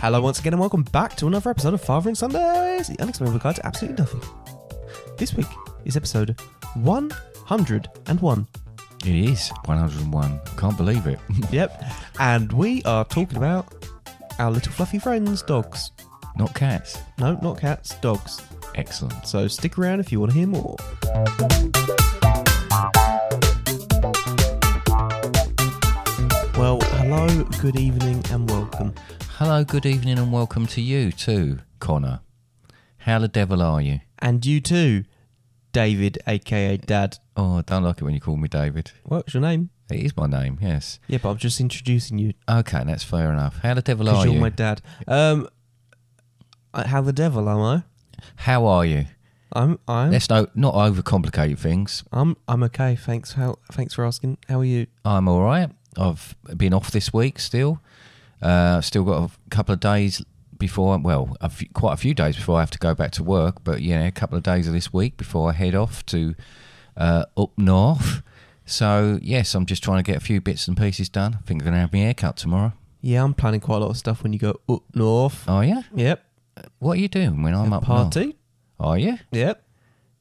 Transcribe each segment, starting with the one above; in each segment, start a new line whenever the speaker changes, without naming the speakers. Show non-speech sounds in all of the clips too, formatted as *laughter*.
Hello, once again, and welcome back to another episode of Father and Sundays, the unexplainable guide to absolutely nothing. This week is episode 101.
It is 101. Can't believe it.
*laughs*
*laughs*
Yep. And we are talking about our little fluffy friends, dogs.
Not cats.
No, not cats, dogs.
Excellent.
So stick around if you want to hear more. Well, hello, good evening, and welcome.
Hello, good evening, and welcome to you too, Connor. How the devil are you?
And you too, David, aka Dad.
Oh, I don't like it when you call me David.
What's your name?
It is my name, yes.
Yeah, but I'm just introducing you
Okay, that's fair enough. How the devil
because
are
you're
you?
my dad. Um, I- how the devil am I?
How are you?
I'm I'm
Let's no, not overcomplicate things.
I'm I'm okay. Thanks. How thanks for asking. How are you?
I'm all right. I've been off this week still. Uh, still got a couple of days before, well, a few, quite a few days before I have to go back to work. But yeah, a couple of days of this week before I head off to uh, up north. So yes, I'm just trying to get a few bits and pieces done. I think I'm going to have my haircut tomorrow.
Yeah, I'm planning quite a lot of stuff when you go up north.
Are you?
Yep.
What are you doing when Oh, I'm up north?
Party.
Are you?
Yep.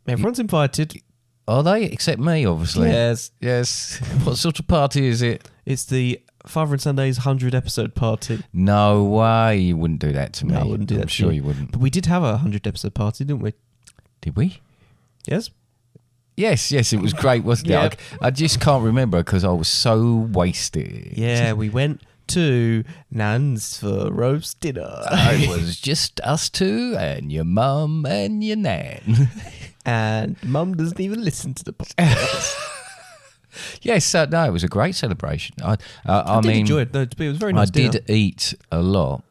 Everyone's invited.
Are they? Except me, obviously.
Yes.
Yes. *laughs* what sort of party is it?
It's the Father and Sunday's hundred episode party.
No way. You wouldn't do that to me.
No, I wouldn't do
I'm
that. to
sure you wouldn't.
But we did have a hundred episode party, didn't we?
Did we?
Yes.
Yes, yes, it was great, wasn't it? I-
Yep.
I, just can't remember because I was so wasted. *laughs*
Yeah, we went to Nan's for roast dinner.
It was just us two and your mum and your nan. *laughs*
and mum doesn't even listen to the podcast.
yes, so, no, it was a great celebration. I, uh, I,
I, did
mean,
enjoy it. No, it was very
I
nice. dinner.
did eat a lot.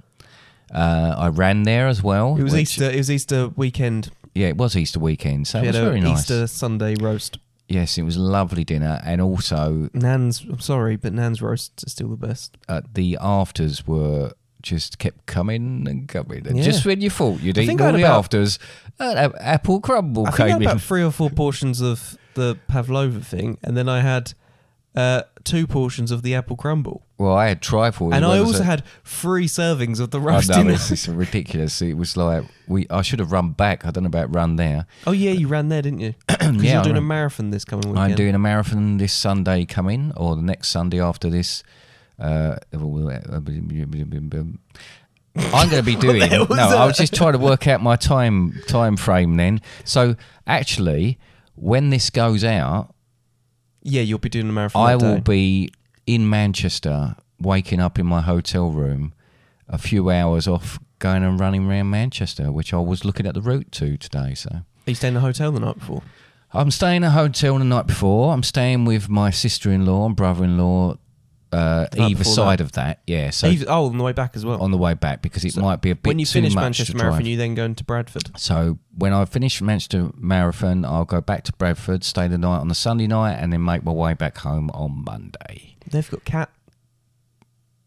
Uh, I ran there as well.
It was
which-
Easter. It was Easter weekend.
Yeah, it was Easter weekend, so
We
it was
had a
very nice.
Easter Sunday roast.
Yes, it was a lovely dinner, and also
Nan's. I'm sorry, but Nan's roasts are still the best.
uh, the afters were just kept coming and coming. And
Yeah.
just when you thought you'd
I think
eaten
I
all
had
the
about-
afters, an a- apple crumble
I think I
came
had
in.
about three or four portions of the pavlova thing, and then I had uh, two portions of the apple crumble,
*laughs* Well, I had trifle, as
and I
well as
also
a-
had three servings of the
I
roast
know
dinner.
it's, it's ridiculous. It was like we. I should have run back. I don't know about run there.
*laughs* Oh yeah, you ran there, didn't you? 'Cause
*clears throat* Yeah,
you're
I
doing a
ran.
marathon this coming weekend.
I'm doing a marathon this Sunday coming, or the next Sunday after this. Uh, I'm going to
*laughs*
be doing. no, I was just trying to work out my time time frame then. So actually, when this goes out,
Yeah, you'll be doing a marathon.
I
that
will
day.
be in Manchester, waking up in my hotel room, a few hours off, going and running around Manchester, which I was looking at the route to today. So.
Are you staying in a hotel the night before?
I'm staying in a hotel the night before. I'm staying with my sister in law and brother in law, uh,
night
either
before
side of that. Yeah, so
Eve- oh, on the way back as well.
on the way back because it might be a bit
when you
too
finish
much
Manchester
to
Marathon,
drive.
you then go into Bradford.
So when I finish Manchester Marathon, I'll go back to Bradford, stay the night on the Sunday night, and then make my way back home on Monday.
They've got cat.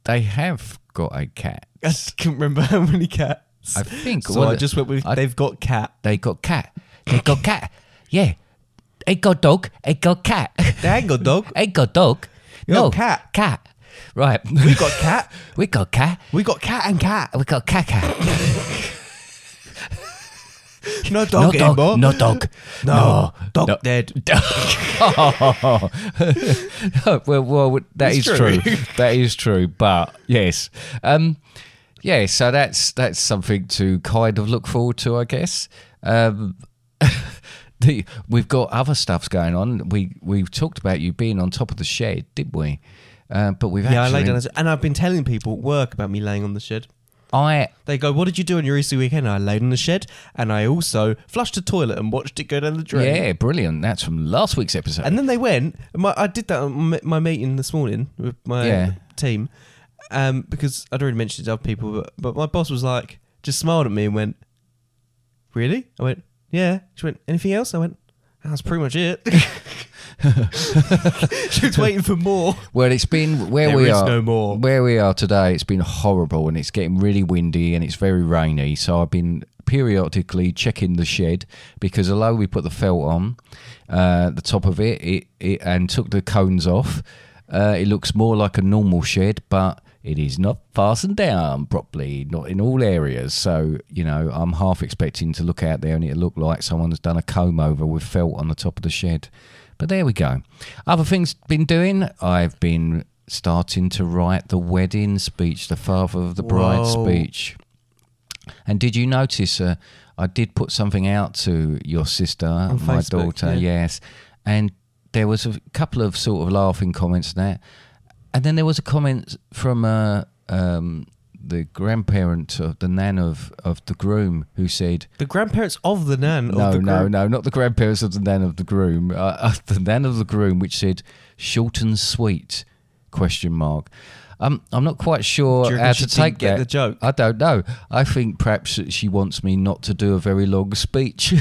They have got a cat.
I just couldn't remember *laughs* how many cats.
I think.
so.
one
I
of-
just went with
I-
they've got cat.
they got cat. They got cat. Yeah, they got dog. They got cat. *laughs*
*laughs* They ain't got dog.
Ain't got dog.
You
no
got cat.
Cat. Right.
We got cat.
*laughs* we got cat.
We got cat and cat.
We got caca.
*laughs* No dog
no
anymore.
dog. No dog.
No, dog
no. *laughs*
dead.
oh. well, well, that
It's
is
true.
true. That is true. But yes, um, yeah. So that's that's something to kind of look forward to, I guess. Um, *laughs* the, we've got other stuffs going on. We we've talked about you being on top of the shed, didn't we? Uh, but we've
Yeah, I
actually,
lay down, as- and I've been telling people at work about me laying on the shed.
I
They go, "What did you do on your Easter weekend?" I laid in the shed, and I also flushed the toilet and watched it go down the drain.
yeah, brilliant. That's from last week's episode.
And then they went. My, I did that on my- my meeting this morning with my
Yeah.
team um, because I'd already mentioned it to other people, but, but my boss was like, just smiled at me and went, Really? I went, Yeah. She went, Anything else? I went, That's pretty much it. *laughs* she was waiting for more.
Well, it's been where
There
we
is
are.
no more.
Where we are today, it's been horrible, and it's getting really windy, and it's very rainy. So I've been periodically checking the shed because although we put the felt on uh, the top of it, it, it and took the cones off, uh, it looks more like a normal shed, but it is not fastened down properly, not in all areas. So you know, I'm half expecting to look out there and it look like someone's done a comb over with felt on the top of the shed. But there we go. Other things been doing. I've been starting to write the wedding speech, the father of the bride
Whoa.
speech. And did you notice? Uh, I did put something out to your sister, my
Facebook,
daughter.
yeah.
Yes, and there was a couple of sort of laughing comments there, and then there was a comment from uh, um, the grandparent of the nan of of the groom who said,
The grandparents of the nan.
no,
of the
no,
groom-
no, not the grandparents of the nan of the groom. Uh, uh, *laughs* the nan of the groom, which said "short and sweet?" Question mark. Um, I'm not quite
Do you
sure
reckon
how
she
to take
didn't get
that.
the joke?
I don't know. I think perhaps that she wants me not to do a very long speech.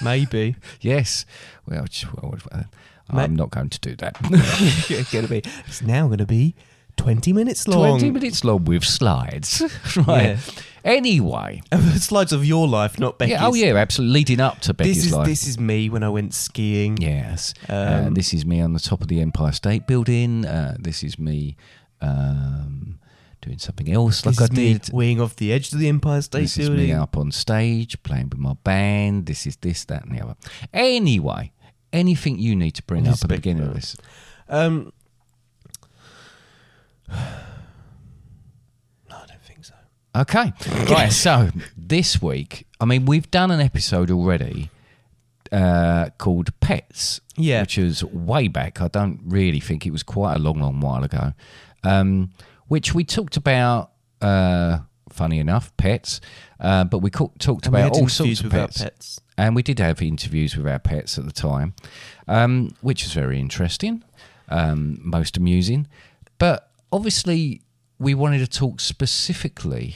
*laughs*
Maybe. *laughs*
yes. Well, sh- well, well,
Ma-
I'm not going to do
*laughs*
that. *laughs*
it's going to be. It's now going to be 20 minutes long.
20 minutes long with slides. *laughs* right.
Yeah.
Anyway.
Slides *laughs* of your life, not Becky's.
Yeah, oh, yeah, absolutely. Leading up to Becky's
This is,
life.
this is me when I went skiing.
Yes.
Um,
uh, this is me on the top of the Empire State Building. Uh, this is me um, doing something else like
This
I
is me
did.
weighing off the edge to the Empire State
This is
Building.
me up on stage playing with my band. This is this, that, and the other. Anyway, anything you need to bring up at the
Respect-
beginning of this?
Um, *sighs* no, I don't think so.
Okay. Right. So this week, I mean, we've done an episode already uh, called Pets.
Yeah.
Which is way back. I don't really think it was quite a long, long while ago. Um, which we talked about, uh, funny enough, pets. Uh, but we co- talked
And we
about
had
all
interviews
sorts of
with our
pets.
pets.
And we did have interviews with our pets at the time, um, which was very interesting, um, most amusing. But obviously, we wanted to talk specifically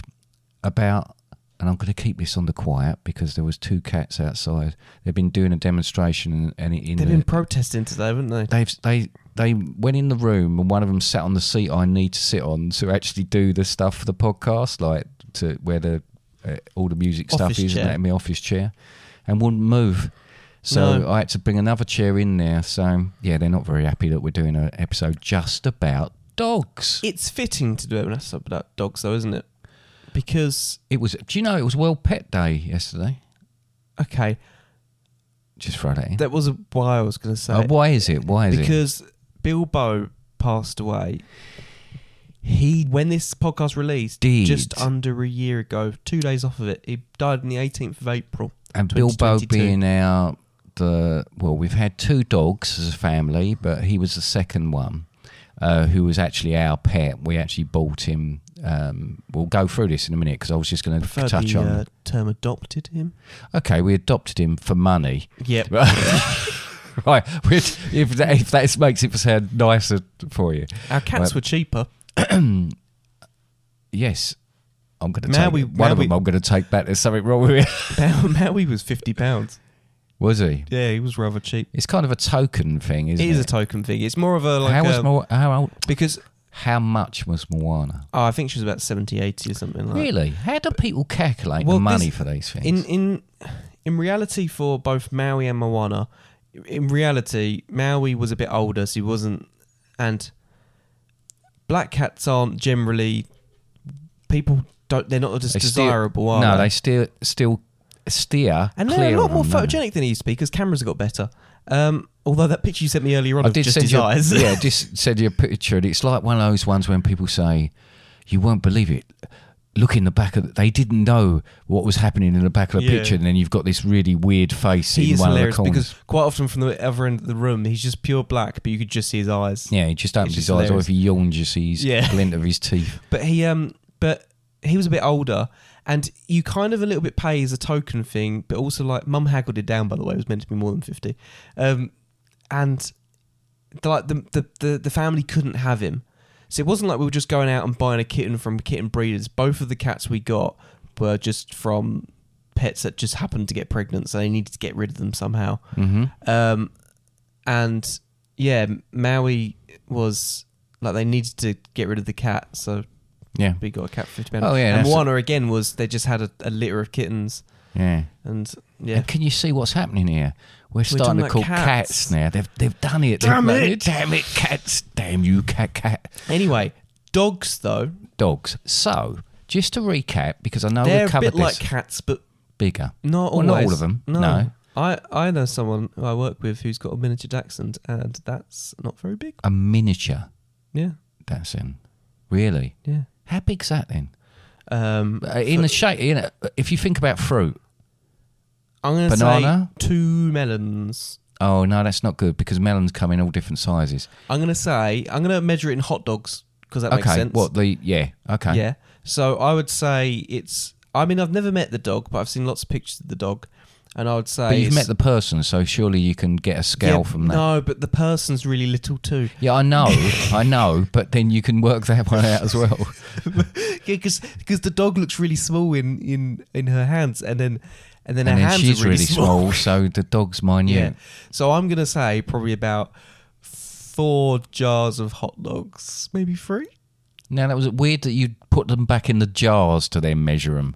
about, and I'm going to keep this on the quiet because there was two cats outside. They've been doing a demonstration, and in
They've
the,
been protesting today, haven't they?
they've they they went in the room and one of them sat on the seat I need to sit on to actually do the stuff for the podcast, like to where the uh, all the music
Office
stuff is
chair.
and that in my office chair, and wouldn't move. So
No.
I had to bring another chair in there. So yeah, they're not very happy that we're doing an episode just about dogs. It,
It's fitting to do it when I talk about dogs, though, isn't it? Because
was. Do you know it was World Pet Day yesterday?
okay,
Just throw that in.
that was why I was going to say
Uh,
it.
why is it? Why is it?
because Bilbo passed away.
He
When this podcast released,
Did.
just under a year ago, two days off of it, he died on the 18th of April.
And Bilbo
2022.
being our the well, we've had two dogs as a family, but he was the second one, uh, who was actually our pet. We actually bought him. Um, we'll go through this in a minute because I was just going to
Preferred
touch
the,
on.
uh, term adopted him.
Okay, we adopted him for money. *laughs*
Yep.
Right, which if that, if that makes it sound nicer for you, *clears throat*
Our cats
Right.
were cheaper. *laughs*
yes, I'm going to
Now
take
we-
one
now
of them.
we-
I'm going to take back. There's something wrong with it. *laughs*
Maui was fifty pounds.
Was he?
Yeah, he was rather cheap.
It's kind of a token thing,
It
isn't it?
is a token thing. It's more of a like um,
how was
a-
Mo- how old
because
How much was Moana?
oh, I think she was about 70, 80 or something like.
Really? How do people calculate
Well,
the money
this-
for these
that.
things?
In in in reality, for both Maui and Moana, in reality, Maui was a bit older, so he wasn't, and black cats aren't generally people don't they're not as
They steer-
desirable, are
no,
they?
they still still steer.
and they're
clear
a lot
of
more
them, aren't they?
photogenic than they used to be because cameras have got better. Um, although that picture you sent me earlier on
I
of
did
just
send
his
you,
eyes, *laughs*
yeah, just send you a picture, and it's like one of those ones when people say, "You won't believe it." Look in the back of. They didn't know what was happening in the back of the
Yeah.
picture, and then you've got this really weird face
he
in
is
one of
hilarious
the corners.
because quite often from the other end of the room he's just pure black, but you could just see his eyes.
yeah, he just opens
It's
his
just
eyes, or
hilarious.
if he yawns, you see his
Yeah.
glint of his teeth.
But he um but he was a bit older and you kind of a little bit pay as a token thing, but also like Mum haggled it down by the way, it was meant to be more than fifty. Um and the, like the, the the the family couldn't have him. So it wasn't like we were just going out and buying a kitten from kitten breeders. Both of the cats we got were just from pets that just happened to get pregnant, so they needed to get rid of them somehow. Mm-hmm. Um, and yeah, Maui was like they needed to get rid of the cat, so *laughs*
Yeah,
we got a cat for fifty pounds.
Oh, yeah,
and
that's-
Moana again was they just had a, a litter of kittens,
yeah.
and yeah,
And can you see what's happening here? We're starting
talking
to
about
call cats.
cats.
now. They've they've done it. They've
Damn
done
it.
Damn it! Cats! Damn you, cat cat
Anyway, dogs though
dogs. So just to recap, because I know
they're
we've
a
covered
bit
this
like cats, but
bigger.
not always.
well, not all of them. No.
I, I know someone who I work with who's got a miniature accent, and that's not very big.
a miniature.
Yeah,
That's in really.
yeah.
How big's that then?
Um,
Uh, In the shape, you know, uh, if you think about fruit.
I'm gonna
Banana?
say two melons.
Oh no, that's not good because melons come in all different sizes.
I'm gonna say I'm gonna measure it in hot dogs because that
okay,
makes sense.
what the? Yeah, okay.
Yeah. So I would say it's. I mean, I've never met the dog, but I've seen lots of pictures of the dog, and I would say
But you've
it's-
met the person, so surely you can get a scale
Yeah,
from that.
No, but the person's really little too. *laughs*
Yeah, I know, I know, but then you can work that one out as well.
because the dog looks really small in in in her hands, and then and then
and
her
then
hands
she's
are really, small. *laughs*
so the dog's minute.
Yeah. So I'm gonna say probably about four jars of hot dogs, maybe three.
Now that was weird that you put them back in the jars to then measure them.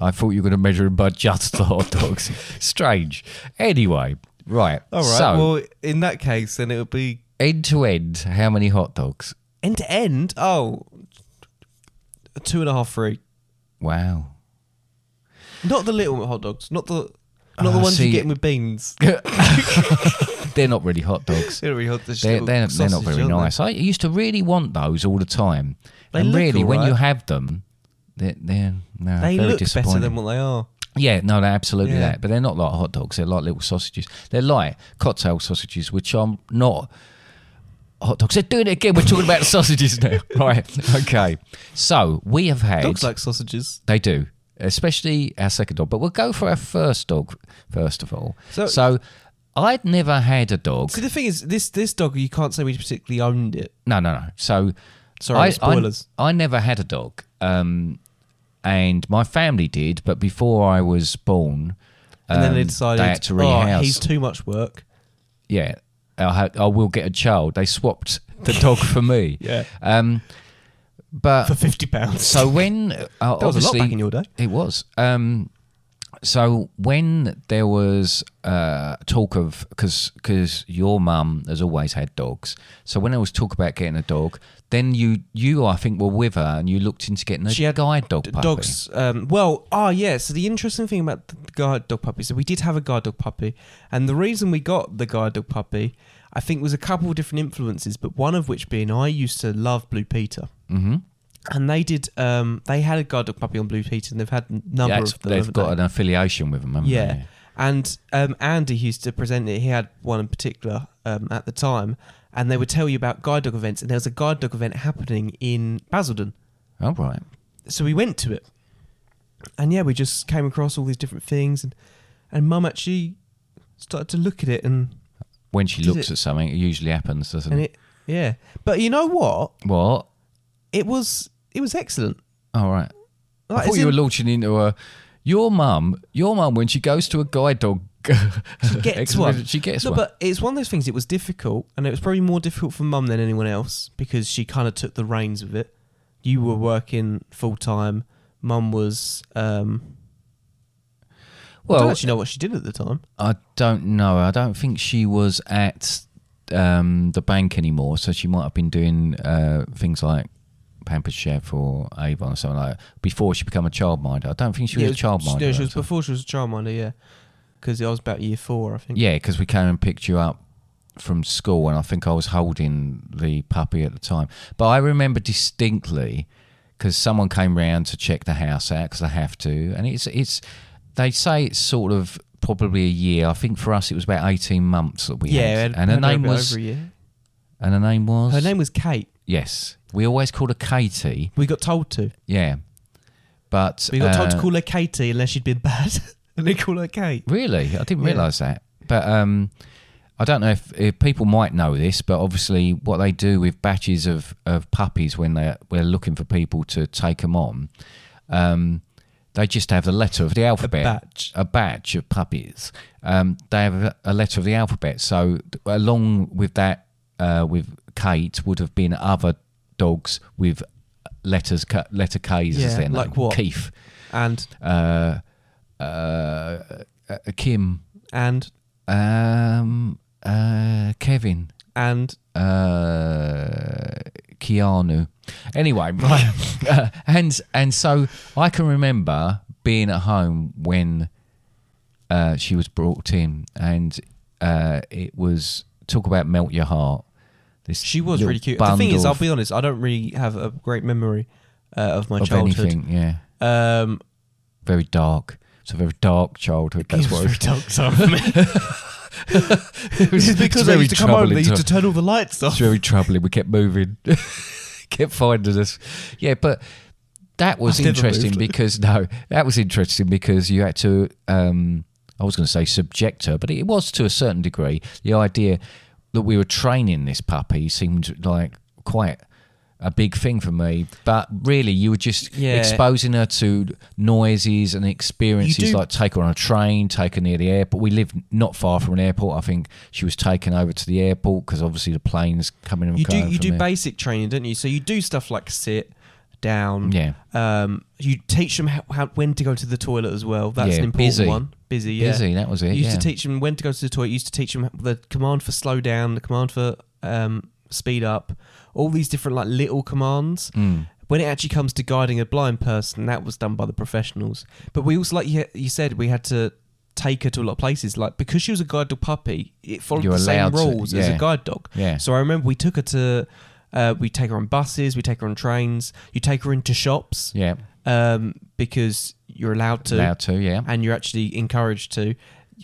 I thought you were going to measure them by just the hot dogs. *laughs* Strange. Anyway, right.
All right.
So
well, in that case, then it would be
end to end, how many hot dogs?
end to end. Oh, two and a half, three.
Wow.
Not the little hot dogs. Not the not the
Ah,
ones
see-
you get with
*laughs*
beans.
They're not really hot dogs.
They're, really hot, *laughs* they're just
They're,
little
they're, they're not
sausages,
very
aren't they?
nice. I used to really want those all the time.
They
and
look
really, when
alright.
you have them, they're, they're no,
They
very
look
disappointing.
better than what they are.
Yeah, no, they're absolutely
Yeah.
that. But they're not like hot dogs. They're like little sausages. They're like cocktail sausages, which are not hot dogs. They're doing it again. We're talking about *laughs* sausages now. Right. Okay. So we have had.
Dogs like sausages.
they do. Especially our second dog. But we'll go for our first dog first of all. So,
So-
I'd never had a dog.
See, the thing is, this this dog you can't say we particularly owned it.
No, no, no. So
Sorry,
I,
spoilers.
I, I never had a dog. Um, and my family did, but before I was born,
And then
um,
they decided,
had to
oh,
rehouse.
he's too much work.
yeah, I'll ha- I will get a child. They swapped the dog for me.
*laughs* Yeah,
Um,
for
but
fifty pounds. *laughs*
so when uh,
that was a lot
obviously
back in your day.
it was. Um, so when there was uh, talk of because because your mum has always had dogs. So when there was talk about getting a dog, then you you I think were with her and you looked into getting a
She had
guide dog.
D-
puppy.
Dogs. Um, well, ah, yeah. So the interesting thing about the guard dog puppy, so we did have a guard dog puppy, and the reason we got the guard dog puppy, I think, was a couple of different influences, but one of which being I used to love Blue Peter. Mm-hmm. And they did. Um, they had a guard dog puppy on Blue Peter, and they've had a number
Yeah, it's-
of them.
they've
haven't
got
they?
an affiliation with them. Haven't
Yeah.
They?
And um, Andy used to present it. He had one in particular um, at the time, and they would tell you about guide dog events. And there was a guide dog event happening in Basildon,
All right.
so we went to it. And yeah, we just came across all these different things, and and Mum actually started to look at it, and
When she
Does
looks
it-
at something, it usually happens, doesn't
and it, yeah. But you know what?
What?
It was it was excellent.
All right.
Like,
I thought
as
you were
in-
launching into a. Your mum, your mum, when she goes to a guide dog, *laughs*
*laughs*
she
gets one.
She gets
no,
one.
but it's one of those things. It was difficult, and it was probably more difficult for mum than anyone else because she kind of took the reins of it. You were working full time. Mum was. Um, well, I
Well,
don't actually know what she did at the time.
I don't know. I don't think she was at um, the bank anymore, so she might have been doing uh, things like Pampers Chef or Avon or something like that before she became a childminder. I don't think she was
Yeah,
a childminder.
No,
at
she
the
was
time.
before she was a childminder. Yeah, because I was about year four, I think.
Yeah, because we came and picked you up from school, and I think I was holding the puppy at the time. But I remember distinctly because someone came round to check the house out because they have to, and it's it's they say it's sort of probably a year. I think for us it was about eighteen months that we
yeah.
had,
had- had
and her
her a
name
bit
was
Over a year.
and her name was
Her name was Kate.
yes. We always called her Katie,
We got told to.
yeah, but
We got told to
uh,
call her Katie unless she'd been *laughs* bad, and they call her Kate.
Really, I didn't
Yeah.
realise that. But um, I don't know if, if people might know this, but obviously, what they do with batches of, of puppies when they're we're looking for people to take them on, um, they just have the letter of the alphabet,
batch.
a batch of puppies. Um, they have a- a letter of the alphabet. So th- along with that, uh, with Kate would have been other dogs with letters, K- letter K's as
Yeah,
their
like
name.
what?
Keith,
And
uh, uh, uh, Kim.
and
Um, uh, Kevin,
and
uh, Keanu. Anyway, *laughs* right. uh, and and so I can remember being at home when uh, she was brought in, and uh, it was talk about melt your heart. This
she was
little
really cute. The thing is,
bundle
I'll be honest, I don't really have a great memory uh, of my
of
childhood.
anything, yeah,
Um,
very dark. It's a very dark childhood. That's
it was
what
very
it
dark *laughs* time
*laughs*
for me.
was.
It's *laughs* because I
very
used to come home, they
troubling
used
time.
to turn all the lights off.
It's very troubling. We kept moving,
*laughs*
kept finding us. Yeah, but that was
I've never
interesting
moved.
because no, that was interesting because you had to. Um, I was going to say subject her, but it was to a certain degree. The idea that we were training this puppy seemed like quite a big thing for me, but really you were just
Yeah.
exposing her to noises and experiences
do-
like take her on a train, take her near the airport. We live not far from an airport. I think she was taken over to the airport because obviously the planes coming and
You do
going.
you
from
do
there.
basic training, don't you? So you do stuff like sit down.
Yeah.
Um, you teach them how, how when to go to the toilet as well. That's
Yeah,
an important
busy.
one. Busy, yeah.
Busy, that was it,
You used
yeah.
to teach them when to go to the toilet. You used to teach them the command for slow down, the command for um, speed up, all these different like little commands.
Mm,
When it actually comes to guiding a blind person, that was done by the professionals. But we also, like you, you said, we had to take her to a lot of places. Like because she was a guide dog puppy, it followed
You're
the same
allowed to,
rules as a
yeah.
guide dog.
Yeah.
So I remember we took her to, uh, we take her on buses, we take her on trains, you take her into shops,
Yeah,
um, because you're allowed to,
allowed to. Yeah,
and you're actually encouraged to.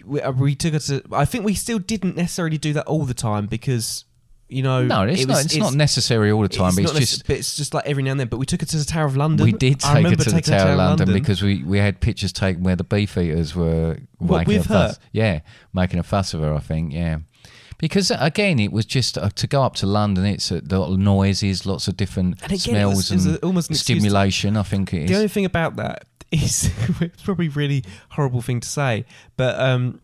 We, uh, we took her to. I think we still didn't necessarily do that all the time because, you know,
no, it's
it
not.
was-
It's, not necessary all the time. but
not
it's
necess-
just
but it's just like every now and then. But we took her to the Tower of London.
we did
I
take her
remember
to the
taking her
Tower of London, because we, we had pictures taken where the beefeaters were
What,
making
with
a fuss.
her?
Yeah, making a fuss of her. I think yeah, because again it was just uh, to go up to London. It's a lot of noises, lots of different
And again, it was-
smells
it was
and
a- almost an excuse to-
stimulation. I think it is.
The only thing about that is *laughs* it's probably a really horrible thing to say, but um,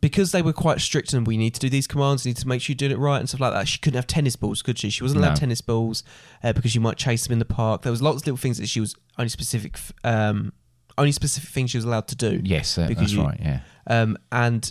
because they were quite strict and we need to do these commands, need to make sure you doing it right and stuff like that. She couldn't have tennis balls, could she? She wasn't allowed
No.
tennis balls uh, because you might chase them in the park. There was lots of little things that she was only specific, um, only specific things she was allowed to do.
yes, that,
because
that's
you- *laughs*
right. Yeah,
Um, and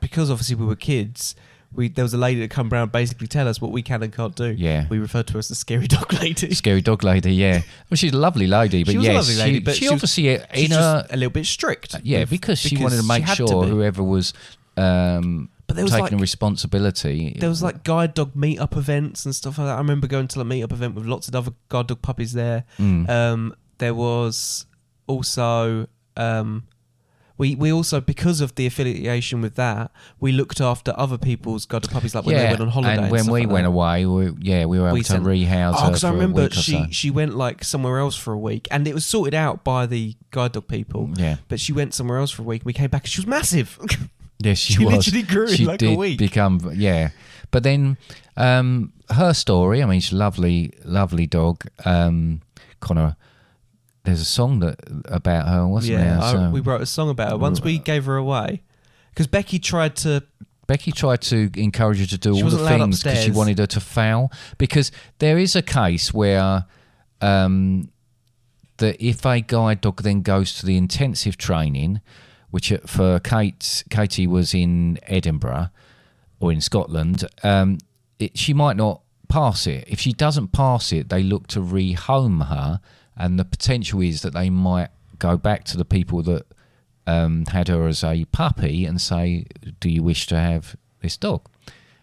because obviously we were kids. We, there was a lady that come round basically tell us what we can and can't do.
Yeah.
we referred to her as the scary *laughs* dog lady.
scary dog lady. Yeah, well, she's a lovely lady, but
she was
yes,
a lovely lady,
she,
but
she
was-
obviously uh,
she's
in her
just a little bit strict.
yeah
with-
because she wanted to make
had
sure
be.
whoever was. Um,
But there was
taking
like-
responsibility.
there was like guide dog meetup events and stuff like that. I remember going to a meetup event with lots of other guide dog puppies there.
Mm.
Um, there was also um, we we also because of the affiliation with that, we looked after other people's guide dog puppies like when they went on holiday.
And when
stuff
we
like
went
that.
away, we, yeah, we were able
We
to
sent-
rehouse
Oh,
her
because
for
I
a
remember
week or
she
so. *laughs*
she went like somewhere else for a week, and it was sorted out by the guide dog people.
Mm, Yeah.
but she went somewhere else for a week. and We came back, and she was massive. *laughs*
Yes, she,
she
was.
literally grew in
she
like a
did
week.
Become yeah, but then um, her story. I mean, she's a lovely, lovely dog. Um, Connor, there's a song that about her, wasn't
yeah,
there?
I-
So-
we wrote a song about her once we gave her away because Becky tried to.
Becky tried to encourage her to
She
do all the
wasn't allowed
things because she
upstairs.
wanted her to fail. Because there is a case where um, that if a guide dog then goes to the intensive training, which uh, for Kate, Katie was in Edinburgh or in Scotland, um, it, she might not pass it. If she doesn't pass it, they look to rehome her, and the potential is that they might go back to the people that um, had her as a puppy and say, "Do you wish to have this dog?"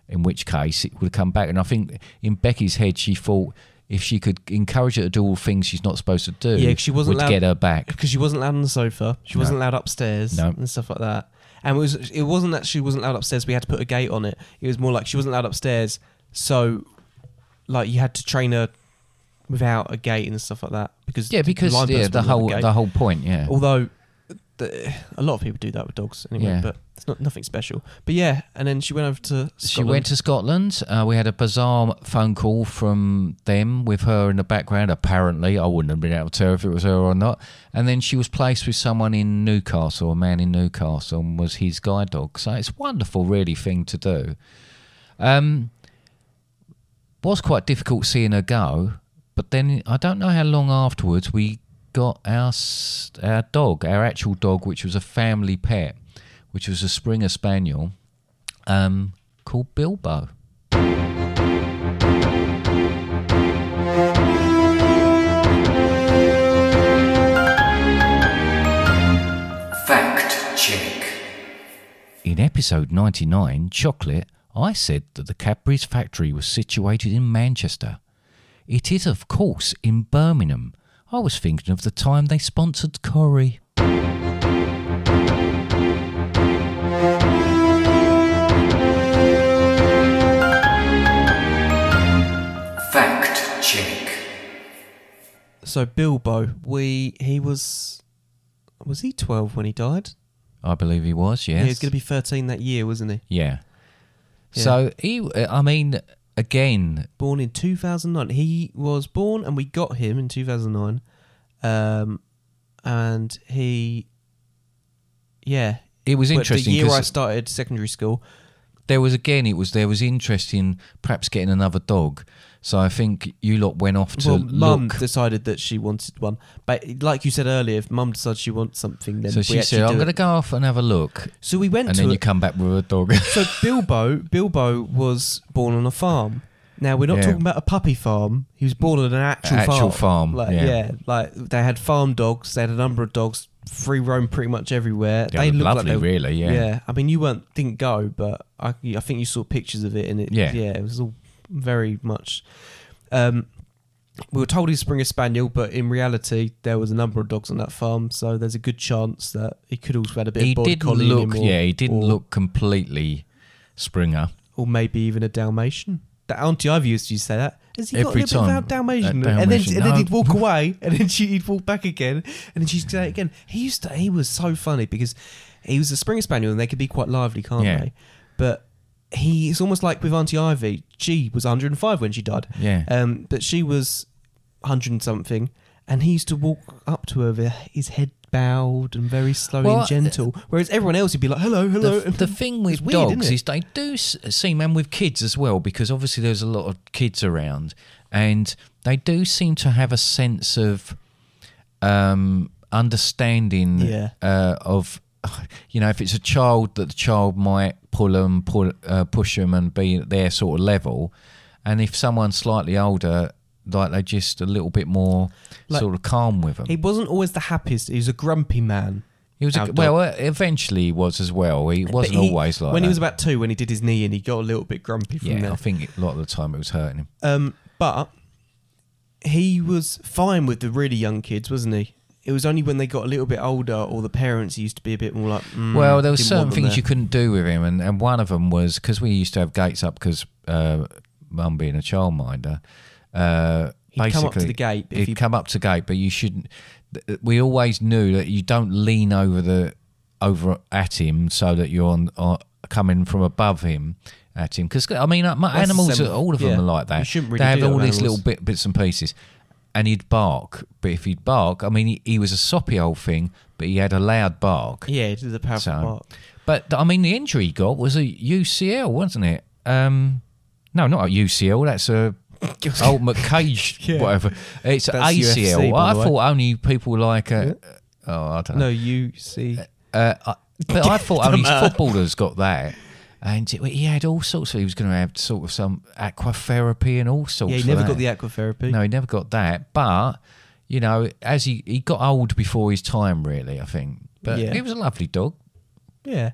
In which case, it would come back. And I think in Becky's head, she thought if she could encourage her to do all things she's not supposed to do,
Yeah, 'cause she wasn't
would
allowed-
get her back.
because she wasn't allowed on the sofa. She wasn't allowed upstairs
No.
and stuff like that. And it was it wasn't that she wasn't allowed upstairs. We had to put a gate on it. It was more like she wasn't allowed upstairs, so like you had to train her without a gate and stuff like that. Because
Yeah,
the
because
blind
yeah,
person
the
wouldn't have a
whole
gate.
the whole point. Yeah,
Although the, a lot of people do that with dogs anyway,
Yeah.
but it's not nothing special. But yeah, and then she went over to
She went to Scotland. Uh, we had a bizarre phone call from them with her in the background. Apparently, I wouldn't have been able to tell if it was her or not. And then she was placed with someone in Newcastle, a man in Newcastle, and was his guide dog. So it's a wonderful, really, thing to do. Um, was quite difficult seeing her go, but then I don't know how long afterwards we got our s- our dog, our actual dog, which was a family pet, which was a Springer Spaniel um, called Bilbo.
Fact check.
In episode 99, Chocolate, I said that the Cadbury's factory was situated in Manchester. It is, of course, in Birmingham. I was thinking of the time they sponsored Corrie.
Fact check.
So Bilbo, we he was was he twelve when he died?
I believe he was, yes.
Yeah, he was going to be thirteen that year, wasn't he?
Yeah. So he, I mean, again,
born in 2009. He was born and we got him in 2009. Um, and he, yeah.
it was
But the
interesting
year I
because
started secondary school,
there was again, it was there was interest in perhaps getting another dog. So I think you lot went off to
well, mum
look.
decided that she wanted one. But like you said earlier, if mum decides she wants something, then
So
we
she
actually
said, "I'm
do
going to
it."
go off and have a look."
So we went
and
to
then
it.
you come back with a dog. *laughs*
so Bilbo, Bilbo was born on a farm. Now we're not
Yeah.
talking about a puppy farm. He was born on an actual,
Actual
farm.
farm,
Like,
yeah.
like they had farm dogs. They had a number of dogs, free roam pretty much everywhere.
They
they
were
looked
lovely,
like they,
really, yeah.
I mean, you weren't didn't go, but I, I think you saw pictures of it, and it,
Yeah.
yeah, it was all very much. Um, we were told he's Springer Spaniel, but in reality, there was a number of dogs on that farm, so there's a good chance that he could also had a bit
he
of border
didn't
collie. in him
look,
or-
yeah, he didn't
or-
look completely Springer.
or maybe even a Dalmatian. That Auntie Ivy used to say that. Has he got a
Every
little bit
time.
of Dalmatian?
That
And then,
Dalmatian,
and then
no.
he'd
*laughs*
walk away, and then she, he'd walk back again, and then she'd say it again. He used to. He was so funny because he was a Springer Spaniel, and they could be quite lively, can't
Yeah.
they? But he, it's almost like with Auntie Ivy. She was 105 when she died.
Yeah.
Um, but she was 100 and something, and he used to walk up to her with his head bowed and very slowly
Well, uh,
and gentle, whereas everyone else would be like, "Hello, hello."
The, the thing with
It's weird,
dogs
isn't it?
is they do s- seem, and with kids as well, because obviously there's a lot of kids around, and they do seem to have a sense of um, understanding
Yeah.
uh, of, *sighs* you know, if it's a child that the child might pull them, pull, uh, push them, and be at their sort of level, and if someone's slightly older, like they're just a little bit more
Like-
sort of calm with them.
He wasn't always the happiest. He was a grumpy man.
He was
Our
a,
dog.
well. uh, Eventually, he was as well. He wasn't
But he-
always like
when
that.
he was about two, when he did his knee, and he got a little bit grumpy from
yeah,
there.
I think it- a lot of the time it was hurting him.
Um, but he was fine with the really young kids, wasn't he? It was only when they got a little bit older, or the parents used to be a bit more like. Mm,
well, there were
didn't
certain
want them
things
there.
you couldn't do with him, and, and one of them was because we used to have gates up because uh, mum being a childminder. Uh,
He'd come up to
basically-
the gate if
He'd
he-
come up to gate, but you shouldn't. th- We always knew that you don't lean over the over at him so that you're on, on coming from above him at him because I mean uh, my
That's the
animals
same-
are- all of them
yeah.
are like that.
You shouldn't really
they have
do that
all
with
these
animals.
little bit, bits and pieces, and he'd bark. But if he'd bark, I mean he, he was a soppy old thing, but he had a loud bark.
Yeah, he did the powerful
So,
part.
but th- I mean, the injury he got was a UCL, wasn't it? Um, no, not a UCL.
*laughs*
That's a ultimate cage, whatever. It's a
That's UFC,
ACL.
by
I
the way.
thought only people like a. Oh, I don't know.
No, you see. *laughs*
Uh, I, but I thought only footballers got that. and he had all sorts of. He was going to have sort of some aquatherapy and all sorts.
Yeah, he
for
never
that.
got the aquatherapy.
No, he never got that. But you know, as he he got old before his time, really, I think. But
Yeah.
he was a lovely dog.
Yeah.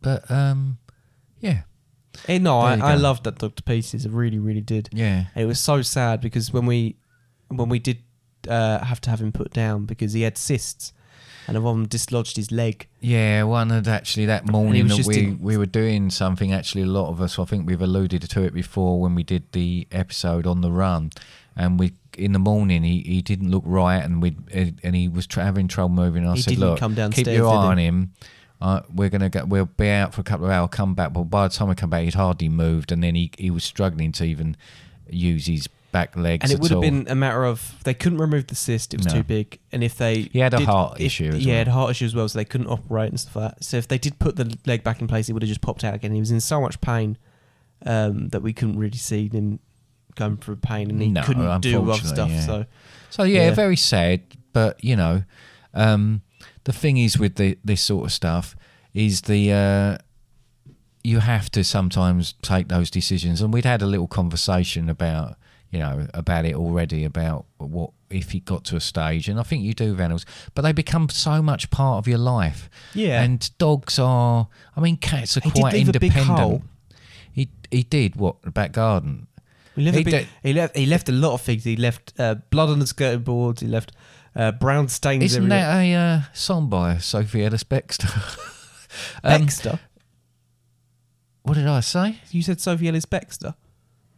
But um, yeah,
Eh, no,
There
I,
you
I
go.
loved that dog to pieces. I really, really did.
yeah,
And it was so sad because when we when we did uh, have to have him put down because he had cysts and one of them dislodged his leg.
yeah. One had actually that morning
was
that
just
we
in-
we were doing something. Actually, a lot of us. I think we've alluded to it before when we did the episode on the run, and we. In the morning, he, he didn't look right, and we and he was tra- having trouble moving. I
He
said,
didn't
"Look,
come
keep
downstairs,
your
did
eye
he?
on him. Uh, we're gonna go. We'll be out for a couple of hours. Come back. But by the time we come back, he'd hardly moved, and then he he was struggling to even use his back legs.
And it
at
would have
all.
been a matter of they couldn't remove the cyst; it was
No.
too big. And if they
He had a
did-
heart
if-
issue as
yeah,
well.
he had a heart issue as well, so they couldn't operate and stuff like that. So if they did put the leg back in place, he would have just popped out again. He was in so much pain um, that we couldn't really see him going through pain, and he
No,
couldn't do other
unfortunately,
stuff.
yeah.
So
So yeah,
Yeah.
very sad. But you know, um, the thing is with the, this sort of stuff is the uh, you have to sometimes take those decisions. And we'd had a little conversation about you know about it already about what if he got to a stage. And I think you do, Reynolds. But they become so much part of your life.
Yeah.
And dogs are. I mean, cats are
He did
quite
leave a big
independent.
hole.
He he did what the back garden.
He left,
He
a big-
did-
he left. He left a lot of things. He left uh, blood on the skirting boards. He left uh, brown stains.
Isn't
everywhere.
that a uh, song by Sophie Ellis Bextor? *laughs* um,
Baxter?
what did I say?
you said Sophie Ellis Baxter,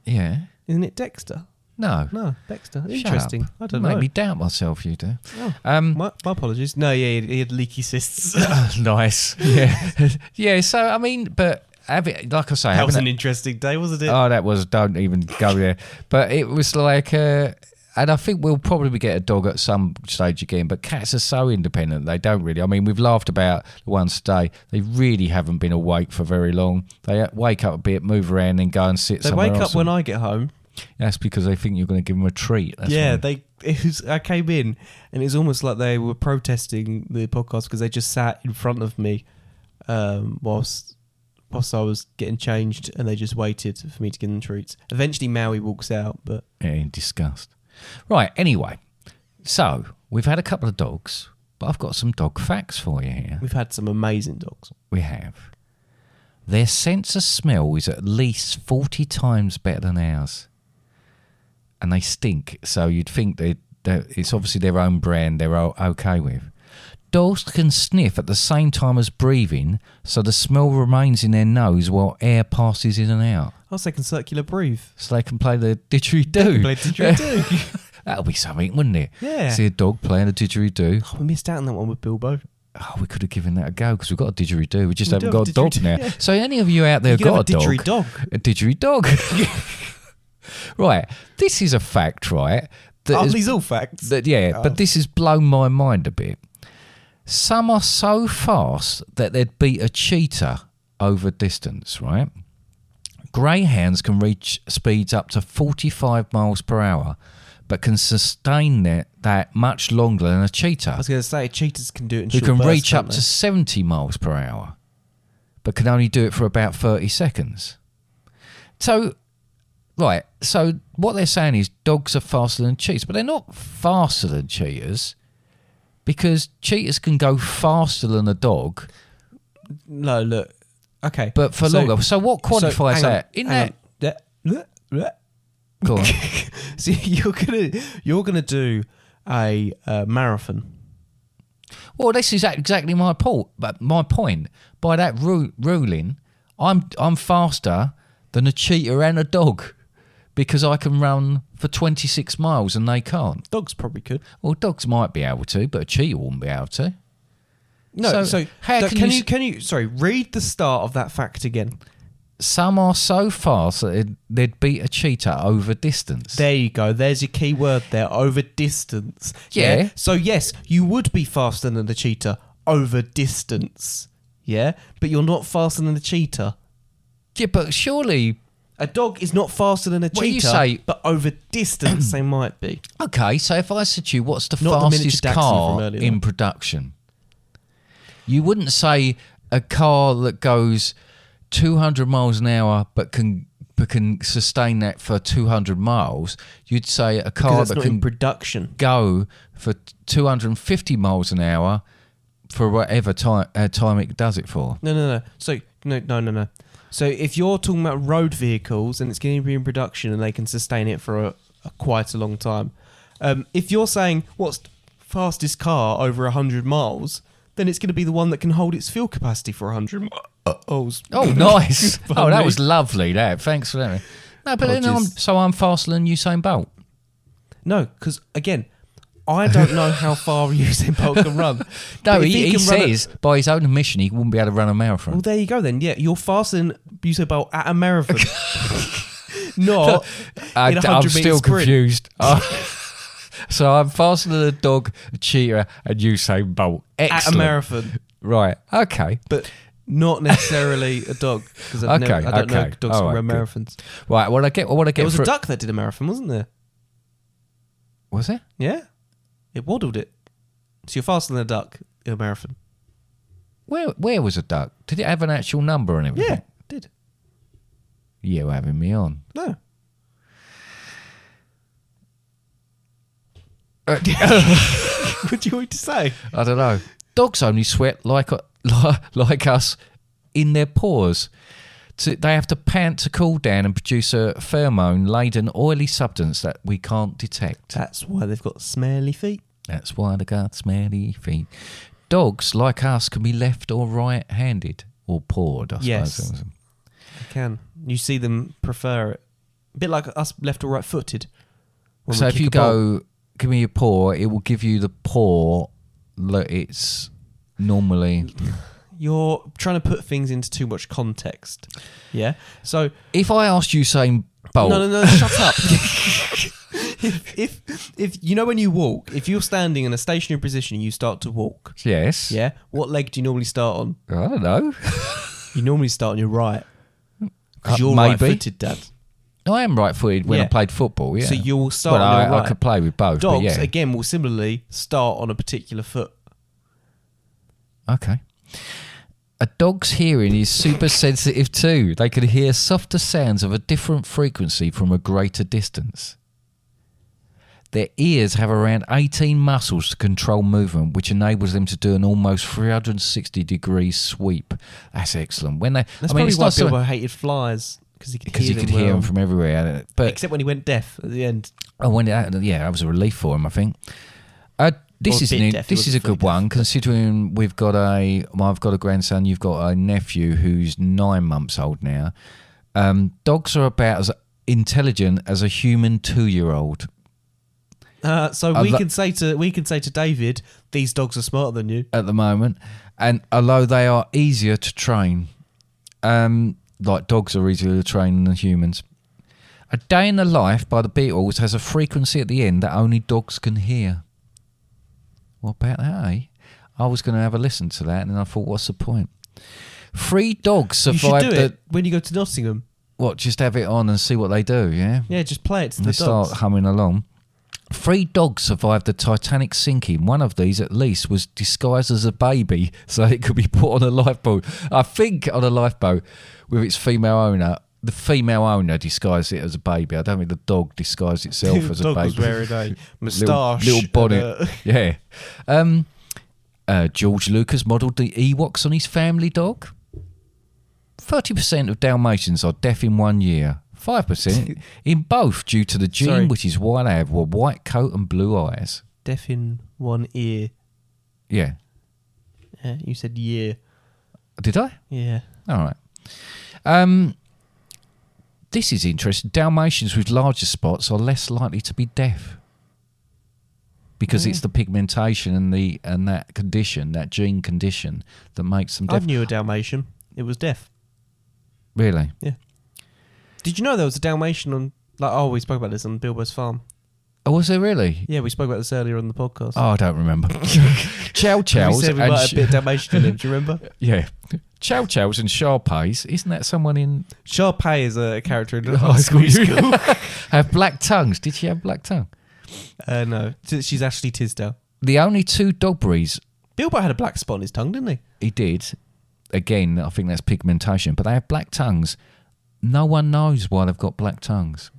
Yeah.
isn't it? Dexter?
No.
No, Baxter.
Shut
Interesting.
up.
I don't
Make
know.
me doubt myself, you do.
Oh, *laughs*
Um,
my, my apologies. No, yeah, he had, he had leaky cysts. *laughs* that
nice. *laughs* Yeah. yeah. So, I mean, but have it, like I say, having
was
a-
an interesting day, wasn't it?
*laughs* Oh, that was don't even go there. But it was like, uh, and I think we'll probably get a dog at some stage again. But cats are so independent; they don't really. I mean, we've laughed about the ones today. They really haven't been awake for very long. They uh, wake up a bit, move around, and go and sit.
they
somewhere
wake
else
up when I get home.
That's because they think you're going to give them a treat. That's
yeah,
why.
they. It was, I came in and it was almost like they were protesting the podcast because they just sat in front of me um, whilst whilst I was getting changed and they just waited for me to give them treats. Eventually, Maui walks out, but
Yeah, in disgust. Right. Anyway, so we've had a couple of dogs, but I've got some dog facts for you here.
we've had some amazing dogs.
we have. Their sense of smell is at least 40 times better than ours. And they stink, so you'd think they, they it's obviously their own brand they're o- okay with. Dogs can sniff at the same time as breathing, so the smell remains in their nose while air passes in and out.
I'll second circular breathe.
So they can play the didgeridoo.
Play didgeridoo.
*laughs* That'll be something, wouldn't it?
Yeah.
See a dog playing a didgeridoo.
Oh, we missed out on that one with Bilbo.
Oh, we could have given that a go because we've got a didgeridoo. We just
We
haven't
do
got
have
a
a
dog
didgeridoo,
now.
yeah.
So, any of you out there
You could have
got
a
a, dog?
didgeridoo.
A didgeridoo. *laughs* right. This is a fact, right? that
Oh,
has-
these all facts.
that, yeah,
Oh.
but this has blown my mind a bit. Some are so fast that they'd beat a cheetah over distance, right? Greyhounds can reach speeds up to 45 miles per hour, but can sustain that, that much longer than a cheetah
I was going to say cheaters can do it. In
who
short
can
bursts,
reach
can't
up
they?
to 70 miles per hour, but can only do it for about 30 seconds. So, right, so what they're saying is dogs are faster than cheetahs, but they're not faster than cheetahs because cheetahs can go faster than a dog,
No, look. Okay,
but for
So-
longer. So, what
so,
quantifies
hang on,
that? In
hang
that,
on. That- bleh, bleh.
go on.
*laughs* So you're gonna you're gonna do a uh, marathon.
Well, this is exactly my point. But my point by that ru- ruling, I'm I'm faster than a cheetah and a dog because I can run for 26 miles and they can't.
Dogs probably could.
Well, dogs might be able to, but a cheetah wouldn't be able to.
No,
So,
so,
how
so
can
can,
you
you,
s-
can you sorry read the start of that fact again?
Some are so fast that it- they'd beat a cheetah over distance.
There you go. There's your key word there. Over distance.
Yeah.
So yes, you would be faster than the cheetah over distance. Yeah, but you're not faster than the cheetah.
yeah, but surely,
A dog is not faster than a
What
cheetah,
you say-
but over distance they might be.
okay. So if I said to you, what's the
Not the miniature
fastest
Dachshund
car
from earlier,
in
though.
production? You wouldn't say a car that goes 200 miles an hour, but can but can sustain that for 200 miles, you'd say a
because
car
that's
that
not
Oh, can
in production.
go for 250 miles an hour for whatever time uh, time it does
*laughs*
it for.
No, no, no. So no, no, no, no. So if you're talking about road vehicles and it's going to be in production and they can sustain it for a, a quite a long time, um, if you're saying what's the fastest car over hundred miles, then it's going to be the one that can hold its fuel capacity for hundred uh, miles. *laughs*
Oh, nice! oh, that
me.
was lovely. That thanks for that. No, but then I'm,
Apologies.
so I'm faster than Usain Bolt.
No, because again, I don't know how far *laughs* Usain Bolt can
*laughs*
run.
No,
But if
he, he,
can run at-
says by his own admission he wouldn't be able to run a marathon.
well, there you go. Then yeah, you're faster than Usain Bolt at a
*laughs*
marathon. Not
I,
in a
am
hundred meter
still
sprint.
confused. *laughs* Oh. so I'm faster than a dog, a cheetah, and Usain Bolt.
at a
Excellent.
marathon.
Right. Okay.
but not necessarily a dog because I've
Okay,
never, I don't know
okay.
dogs
All
can
right,
run
good.
marathons.
Right. Well, I get. What I get
There was
for-
a duck that did a marathon, wasn't there?
Was it?
Yeah, it waddled it. So you're faster than a duck in a marathon.
Where Where was a duck? Did it have an actual number and everything?
Yeah, it did
You're having me on.
no.
Uh,
*laughs*
*laughs*
What do you want to say?
I don't know. Dogs only sweat like *laughs* like us in their paws. So they have to pant to cool down and produce a pheromone-laden oily substance that we can't detect.
That's why they've got smelly feet.
That's why the guards smelly feet. Dogs like us can be left or right-handed or pawed. I
Yes.
suppose.
They can. You see them prefer it. A bit like us left or right footed. when we
so if
kick
you
a ball.
go, give me your paw, it will give you the paw that it's normally.
you're trying to put things into too much context. Yeah. So
If I asked Usain Bolt,
No, no, no, shut
*laughs*
up. if, if if you know when you walk, if you're standing in a stationary position, you start to walk.
yes,
Yeah. What leg do you normally start on?
I don't know. *laughs*
You normally start on your right
Uh,
because you're
maybe.
right-footed, Dad.
I am right-footed when I
Yeah.
played football. Yeah,
So you'll start
Well,
on
I,
your right.
I could play with both.
Dogs
but yeah.
again will similarly start on a particular foot.
Okay. A dog's hearing is super sensitive too. They can hear softer sounds of a different frequency from a greater distance. Their ears have around 18 muscles to control movement, which enables them to do an almost 360 degree sweep. That's excellent. When they,
That's
I mean,
probably
it's
why
not
Bilbo
so
hated flies because he could
because
hear
you
them
could hear
well.
them from everywhere. But
Except when he went deaf at the end.
Oh, when it, yeah, that was a relief for him, I think. Uh, this
Or a
is
bit
new,
deaf, he
this is a
wasn't fully
good one, considering we've got a. Well, I've got a grandson. You've got a nephew who's nine months old now. Um, dogs are about as intelligent as a human two-year-old.
Uh, so
I've
we
lo-
can say to we can say to David, these dogs are smarter than you.
at the moment, and although they are easier to train, um, like dogs are easier to train than humans. A Day in the Life by the Beatles has a frequency at the end that only dogs can hear. What about that, eh? I was going to have a listen to that, and then I thought, what's the point? Three dogs
You should do
survived the.
it when you go to Nottingham.
What, just have it on and see what they do, yeah?
Yeah, just play it to
they
the dogs.
start humming along. Three dogs survived the Titanic sinking. One of these, at least, was disguised as a baby *laughs* so it could be put on a lifeboat. I think on a lifeboat with its female owner. The female owner disguised it as a baby. I don't think the dog disguised
*laughs*
itself as a
dog
baby.
was wearing a
*laughs* little,
moustache,
little
and uh,
bonnet.
*laughs* a-
yeah. Um, uh, George Lucas modelled the Ewoks on his family dog. 30% of Dalmatians are deaf in one year.
*laughs*
5% in both due to the gene,
Sorry.
which is why they have a white coat and blue eyes.
deaf in one ear.
Yeah.
Yeah, you said yeah,
Did I?
yeah.
All right. Um, this is interesting. Dalmatians with larger spots are less likely to be deaf because
Mm.
it's the pigmentation and the and that condition, that gene condition, that makes them
I
deaf.
knew a Dalmatian. It was deaf.
Really?
Did you know there was a Dalmatian on? Like, oh, we spoke about this on Bilbo's farm.
Oh, was there really?
Yeah, we spoke about this earlier on the podcast.
Oh, I don't
*laughs*
remember. Chow
we
chows
said we
and
might have
sh-
a bit of Dalmatian in him. Do you remember?
*laughs* yeah, chow chows and sharpies. Isn't that someone in
Sharpay is a character in the
*laughs* high
high school. musical.
school? have black tongues? Did she have black tongue?
*laughs* uh, no, T- she's Ashley Tisdale.
The only two dog breeds
Bilbo had a black spot on his tongue, didn't he?
he did again, I think that's pigmentation. But they have black tongues. No one knows why they've got black tongues.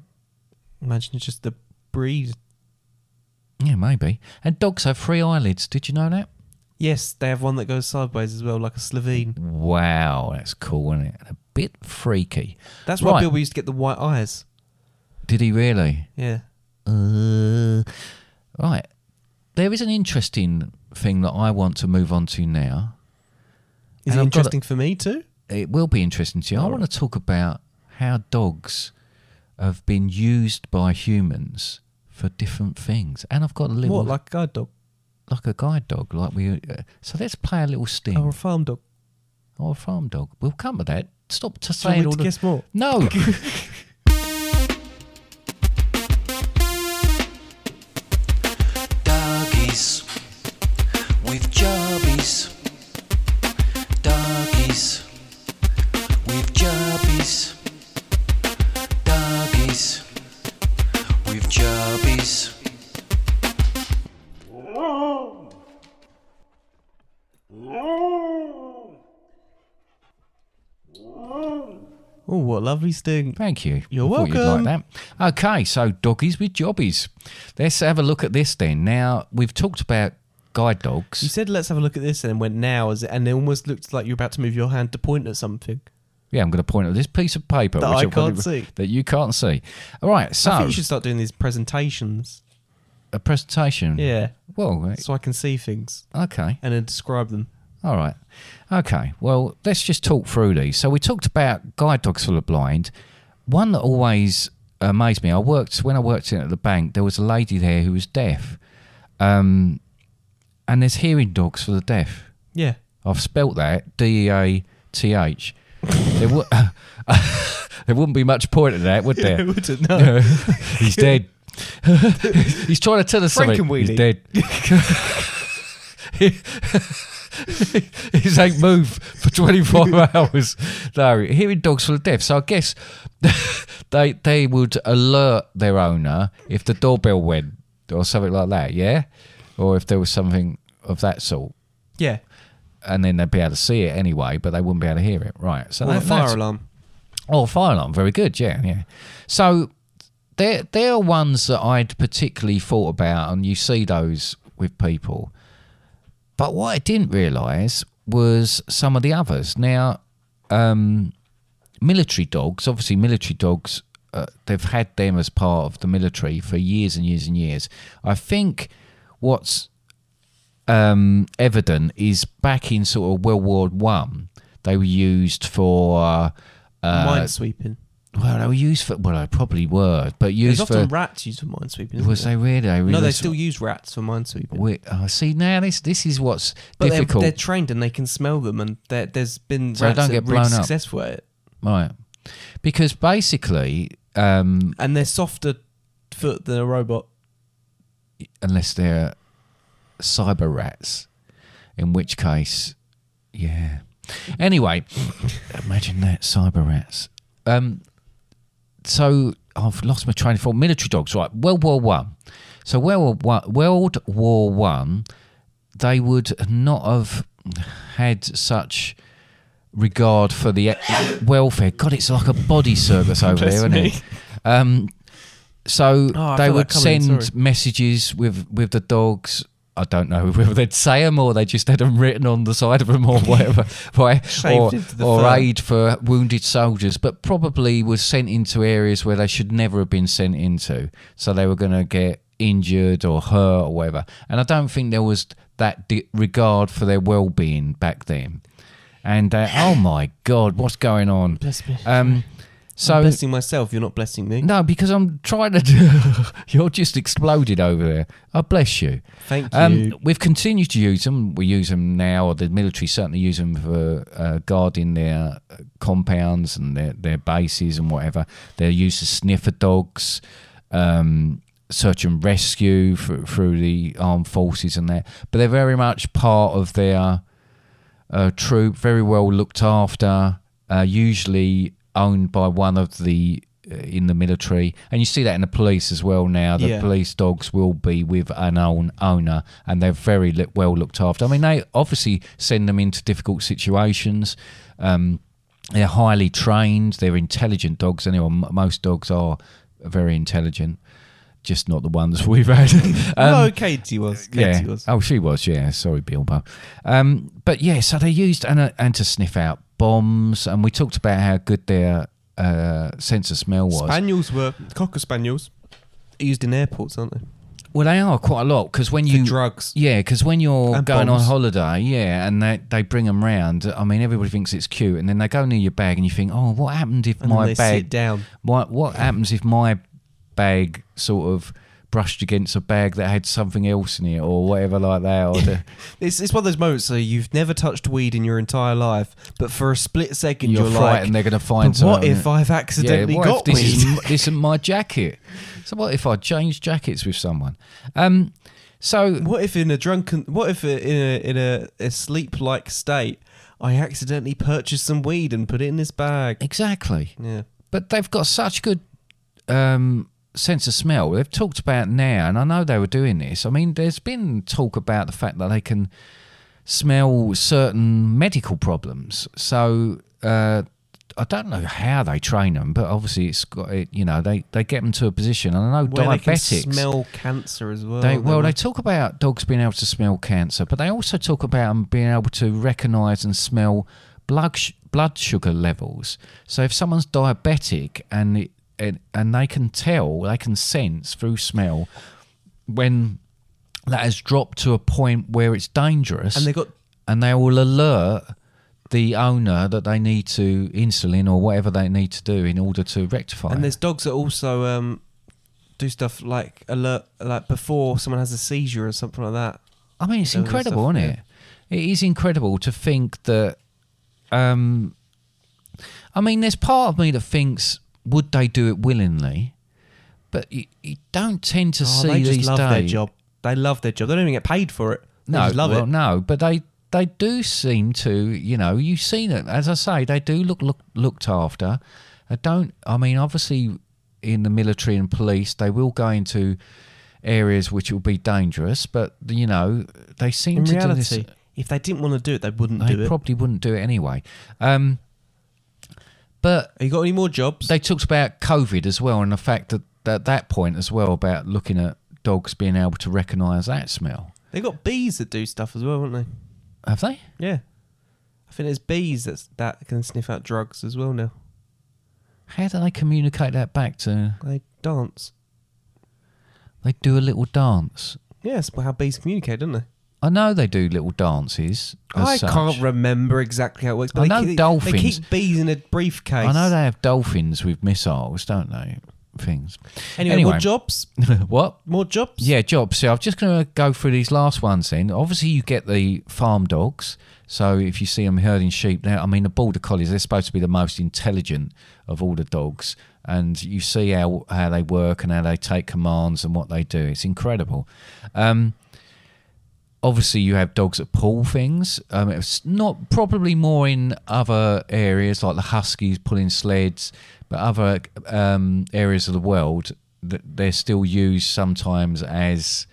Imagine it's just the breed.
Yeah, maybe. And dogs have three eyelids. Did you know that?
Yes, they have one that goes sideways as well, like a Slovene.
Wow, that's cool, isn't it? A bit freaky.
That's why
Right.
Bilbo used to get the white eyes.
Did he really?
Yeah.
Uh, right. There is an interesting thing that I want to move on to now.
Is
And
it
I've got a-
interesting for me too?
It will be interesting to you. I want to talk about how dogs have been used by humans for different things. And I've got a little
What, like a guide dog?
like a guide dog, like we. Uh, so let's play a little sting
Or a farm dog?
or a farm dog. We'll come to that. Stop to
Do you want
saying
me
all
to
the
guess more? *laughs*
no.
Doggies with jobbies. Doggies with jobbies. Doggies with jobbies.
Oh, what a lovely sting.
Thank you.
You're
I thought
welcome.
You'd like that. Okay, so doggies with jobbies. Let's have a look at this then. Now we've talked about guide
You
dogs.
said, let's have a look at this, and went now, as and it almost looked like you're about to move your hand to point at something.
Yeah, I'm going to point at this piece of paper
That
which
I
I've got
can't
it-
see.
that you can't see. All right, so
I think you should start doing these presentations.
a presentation.
Yeah.
Well, eh,
So I can see things
okay.
and then describe them.
All right. Okay. Well, let's just talk through these. So we talked about guide dogs for the blind. One that always amazed me. I worked when I worked in at the bank. There was a lady there who was deaf, um, and there's hearing dogs for the deaf.
Yeah.
I've spelt that D E A T H. There would *laughs* there wouldn't be much point in that, would there?
wouldn't, *laughs* no.
He's dead. *laughs* He's trying to tell us something.
Frankenweenie.
He's dead. *laughs* He's ain't moved
*laughs*
for 24 hours. No, hearing dogs full of deaf. So I guess *laughs* they they would alert their owner if the doorbell went or something like that, yeah? Or if there was something of that sort
Yeah.
and then they'd be able to see it anyway, but they wouldn't be able to hear it. Right. So
Or a
that- that's-
fire alarm.
Oh, fire alarm. Very good. Yeah, yeah. So they're they're ones that I'd particularly thought about, and you see those with people. But what I didn't realise was some of the others. Now, um, military dogs. Obviously, military dogs. Uh, they've had them as part of the military for years and years and years. I think what's um, evident is back in sort of World War One, they were used for uh,
Mine sweeping.
well, they were used for. Well, they probably were, but
There's
used for.
often rats used for mine sweeping.
was
isn't
they really? They
there?
really
No, they still use rats for mine sweeping.
We, oh, see now this this is what's
But they're,
difficult,
they're trained and they can smell them, and there- there's been
So they
rats
don't
that
get
are really
blown up.
successful at it.
right? Because basically, um,
And they're softer foot than a robot.
unless they're cyber rats, in which case, yeah. Anyway, imagine that cyber rats. Um, so I've lost my train of thought. Military dogs, right? World War One. So World War One, World War One, they would not have had such regard for the e- welfare. God, it's like a body service over there,
Bless
isn't
me.
it? Um, so
Oh, I
they
felt
would
that coming,
send
sorry.
messages with with the dogs. I don't know *laughs* whether they'd say them or they just had them written on the side of them or whatever,
*laughs*
right?
Shaved
or
into the
or
fur.
aid for wounded soldiers, but probably was sent into areas where they should never have been sent into. So they were going to get injured or hurt or whatever. And I don't think there was that di- regard for their well being back then. And uh, oh my God, what's going on?
Bless me.
Um,
I'm
so
blessing myself, you're not blessing me.
no, because I'm trying to. Do, *laughs* you're just exploded over there. Oh, bless you.
Thank
Um,
you.
we've continued to use them. We use them now, or the military certainly use them for uh, guarding their uh, compounds and their, their bases and whatever. They're used as sniffer dogs, um, search and rescue through, through the armed forces and that. But they're very much part of their uh, troop, very well looked after, uh, usually owned by one of the uh, in the military, and you see that in the police as well now. The
Yeah.
police dogs will be with an own owner, and they're very li- well looked after. I mean, they obviously send them into difficult situations. Um, they're highly trained. They're intelligent dogs. Anyway, m- most dogs are very intelligent, just not the ones *laughs* we've had. Um,
no, Katie was. Katie
yeah.
was.
Oh, she was. Yeah. Sorry, Bilbo. Um, but yeah, so they used and uh, and to sniff out bombs, and we talked about how good their uh, sense of smell was.
Spaniels were cocker spaniels. Used in airports, aren't they?
well, they are quite a lot because when
For
you
drugs.
Yeah, because when you're
And
going
bombs.
on holiday, yeah, and they, they bring them round. I mean, everybody thinks it's cute, and then they go near your bag, and you think, oh, what happened if
And then
my
they
bag
sit down.
My, what happens if my bag sort of brushed against a bag that had something else in it, or whatever like that,
*laughs*
or the,
It's, it's one of those moments where you've never touched weed in your entire life, but for a split second
you're,
you're, like,
frightened they're going to find
"But what
something."
if I've accidentally
yeah, what
got
if
weed?
this *laughs*
*laughs*
is m- this isn't my jacket? So what if I change jackets with someone? Um, so
What if in a drunken, what if in a in a, a sleep like state, I accidentally purchased some weed and put it in this bag?
exactly,
Yeah,
but they've got such good um, sense of smell. They've talked about now, and I know they were doing this. I mean, there's been talk about the fact that they can smell certain medical problems. So uh, I don't know how they train them, but obviously it's got it. You know, they they get them to a position, and I know
where they can
diabetics
smell cancer as well.
They, well,
don't
they talk about dogs being able to smell cancer, but they also talk about them being able to recognise and smell blood sh- blood sugar levels. So if someone's diabetic and it, and and they can tell, they can sense through smell when that has dropped to a point where it's dangerous,
and they got
and they will alert the owner that they need to insulin or whatever they need to do in order to rectify.
and
it.
there's dogs that also um do stuff like alert like before someone has a seizure or something like that.
I mean, it's
All this
incredible,
stuff,
isn't it? It is incredible to think that. Um, I mean, there's part of me that thinks, would they do it willingly? But you, you don't tend to
Oh,
see
they just
these
love
days.
their job. They love their job. They don't even get paid for it. They
No,
just love
well,
it.
no, but they they do seem to, you know, you've seen it. As I say, they do look, look looked after. I don't. I mean, obviously, in the military and police, they will go into areas which will be dangerous, but you know, they seem
In
to do
reality,
this
if they didn't want to do it, they wouldn't
they
do it.
probably wouldn't do it anyway. Um, but
Have you got any more jobs?
they talked about COVID as well, and the fact that at that point as well about looking at dogs being able to recognise that smell.
They got bees that do stuff as well, haven't they?
Have they?
Yeah. I think there's bees that's, that can sniff out drugs as well now.
How do they communicate that back to?
They dance.
They do a little dance.
Yeah, that's how bees communicate, don't they?
I know they do little dances. as
I
such.
can't remember exactly how it works, but
I
they,
know
keep, they
dolphins-
keep bees in a briefcase.
I know they have dolphins with missiles, don't they? Things.
Anyway, more jobs?
*laughs* what?
More jobs?
Yeah, jobs. So I'm just going to go through these last ones then. Obviously, you get the farm dogs. So if you see them herding sheep now, I mean, the border collies, they're supposed to be the most intelligent of all the dogs. And you see how, how they work and how they take commands and what they do. It's incredible. Um, obviously, you have dogs that pull things. Um, it's not probably more in other areas like the huskies pulling sleds, but other um, areas of the world that they're still used sometimes as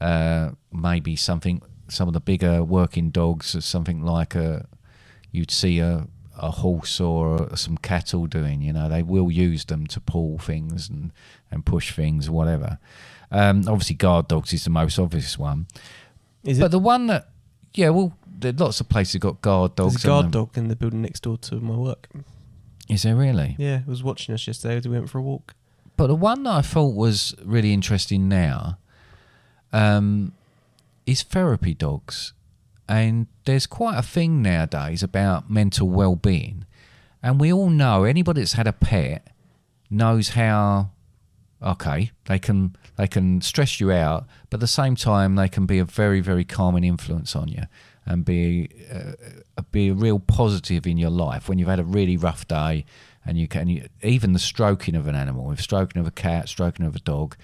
uh, maybe something. Some of the bigger working dogs, something like a you'd see a a horse or some cattle doing. You know, they will use them to pull things and and push things, whatever. Um, obviously, guard dogs is the most obvious one.
Is
But
it?
the one that, yeah, well, there are lots of places that got guard dogs.
There's a guard
on them.
dog in the building next door to my work.
Is there really?
Yeah, it was watching us yesterday as we went for a walk.
But the one that I thought was really interesting now um, is therapy dogs. And there's quite a thing nowadays about mental well being. And we all know anybody that's had a pet knows how okay, they can they can stress you out, but at the same time they can be a very, very calming influence on you and be uh, be a real positive in your life when you've had a really rough day and you can you, even the stroking of an animal if stroking of a cat stroking of a dog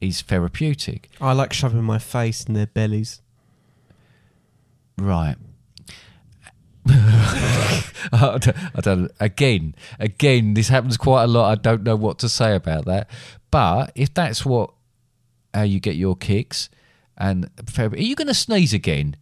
is therapeutic
I like shoving my face in their bellies.
right
*laughs* I don't, I don't- Again, again, this happens quite a lot. I don't know what to say about that. But if that's what how you get your kicks, and Feb- are you going to sneeze again?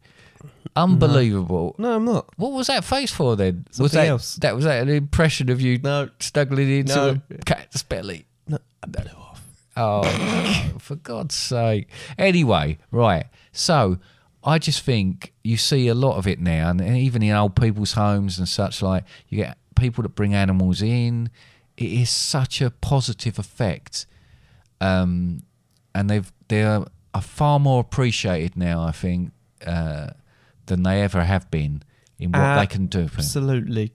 Unbelievable.
No, I'm not.
What was that face for then? was
Something
that
else.
that was that an impression of you
No.
snuggling into
No.
a cat's belly?
No, I blew off.
Oh, *laughs* for God's sake. Anyway, right. So I just think you see a lot of it now, and even in old people's homes and such, like you get people that bring animals in. It is such a positive effect. Um, and they've they're are far more appreciated now, I think, uh, than they ever have been in what
Uh,
they can do for them.
Absolutely.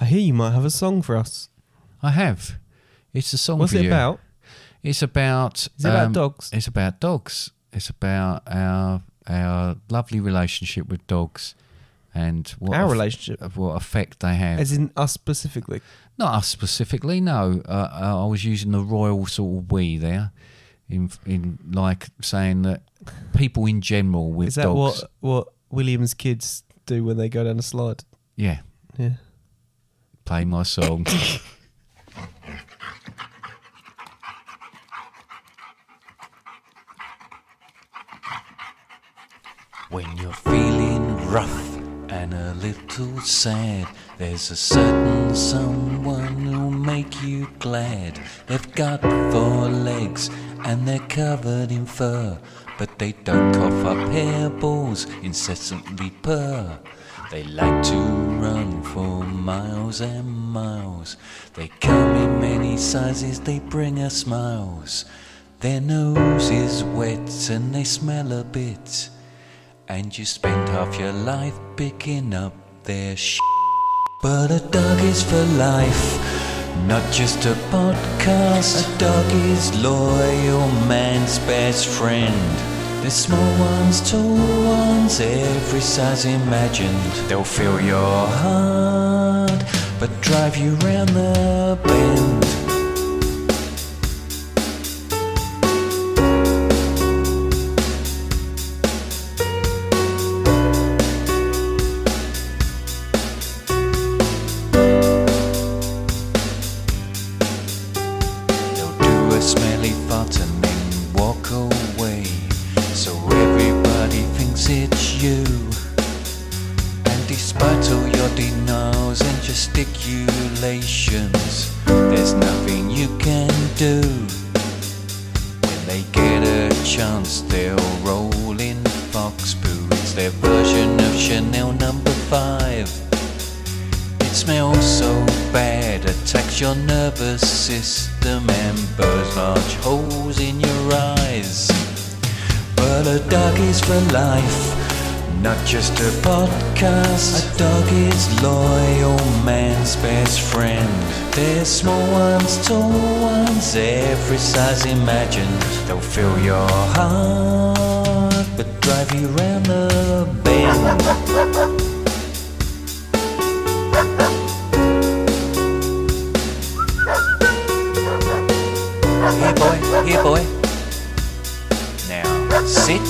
I hear you might have a song for us.
I have. It's a song
What's
for
it
you.
about?
It's about. um,
Is it about dogs?
It's about dogs. It's about our our lovely relationship with dogs, and what
Our
eff-
relationship?
of what effect they have.
As in us specifically.
Not us specifically. No, uh, I was using the royal sort of we there, in in like saying that people in general with
Is that
dogs.
what what William's kids do when they go down a slide?
Yeah,
Yeah.
play my
*coughs*
song.
When you're feeling rough and a little sad, there's a certain someone who'll make you glad. They've got four legs and they're covered in fur, but they don't cough up hairballs, incessantly purr. They like to run for miles and miles. They come in many sizes, they bring us smiles. Their nose is wet and they smell a bit. And you spend half your life picking up their sh. But a dog is for life, not just a podcast. A dog is loyal, man's best friend. There's small ones, tall ones, every size imagined. They'll fill your heart, but drive you round the bend. They'll do a smelly fart and then walk away. So everybody thinks it's you. And despite all your denials and gesticulations, there's nothing you can do. When they get a chance, they'll roll in fox poo. It's their version of Chanel number five. It smells so bad, attacks your nervous system and burns large holes in your eyes. But a dog is for life, not just a podcast. A dog is loyal, man's best friend. There's small ones, tall ones, every size imagined. They'll fill your heart, but drive you round the bend. Here, boy. Here, boy. Now, sit.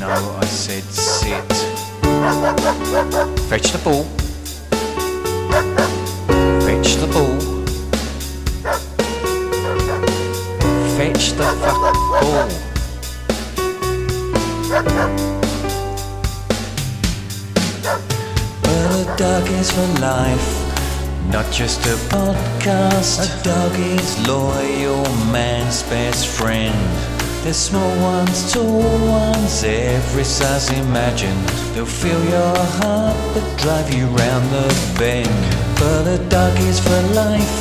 No, I said sit. Fetch the ball. Fetch the ball. Fetch the fuck ball. Well, a dog is for life. Not just a podcast. A dog is loyal, man's best friend. There's small ones, tall ones, every size imagined. They'll fill your heart but drive you round the bend. But a dog is for life,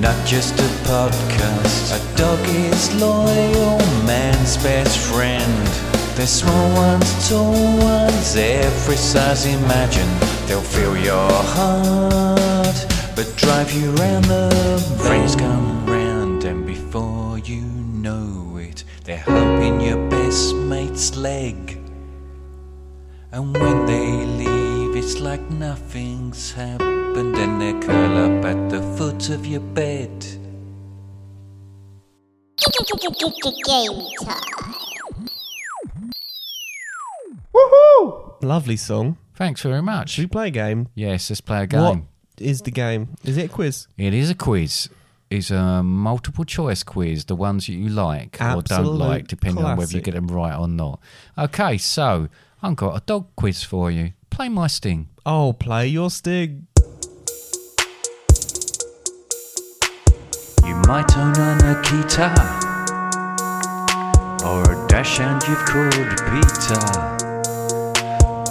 not just a podcast. A dog is loyal, man's best friend. There's small ones, tall ones, every size imagined. They'll fill your heart, but drive you round the Friends come round, and before you know it, they're humping your best mate's leg. And when they leave, it's like nothing's happened, and they curl up at the foot of your bed.
Game time.
Lovely song.
Thanks very much.
Should we play a game?
Yes, let's play a game.
What is the game? Is it a quiz?
It is a quiz. It's a multiple choice quiz, the ones that you like or
Absolute
don't like, depending on whether you
classic.
get them right or not. Okay, so I've got a dog quiz for you. Play my sting.
Oh, play your sting.
You might own an Akita or a dash and you've called Peter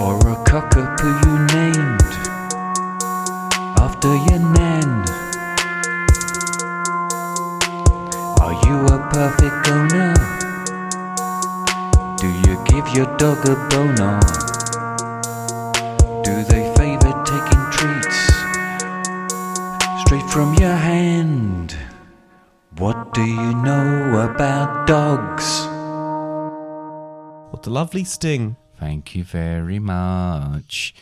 or a cockapoo you named after your nan. Are you a perfect owner? Do you give your dog a boner? Do they favor taking treats straight from your hand? What do you know about dogs?
What a lovely sting.
Thank you very much.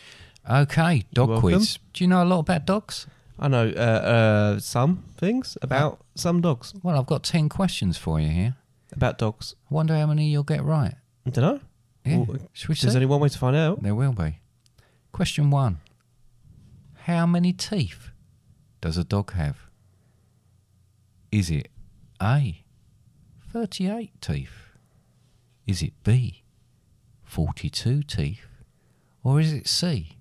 Okay, dog
welcome.
quiz. Do you know a lot about dogs?
I know uh, uh, some things about some dogs.
Well, I've got 10 questions for you here.
About dogs.
I wonder how many you'll get right.
I don't know.
Yeah.
Well,
Should we
There's
see?
only one way to find out.
There will be. Question one How many teeth does a dog have? Is it A, 38 teeth? Is it B, 42 teeth? Or is it C,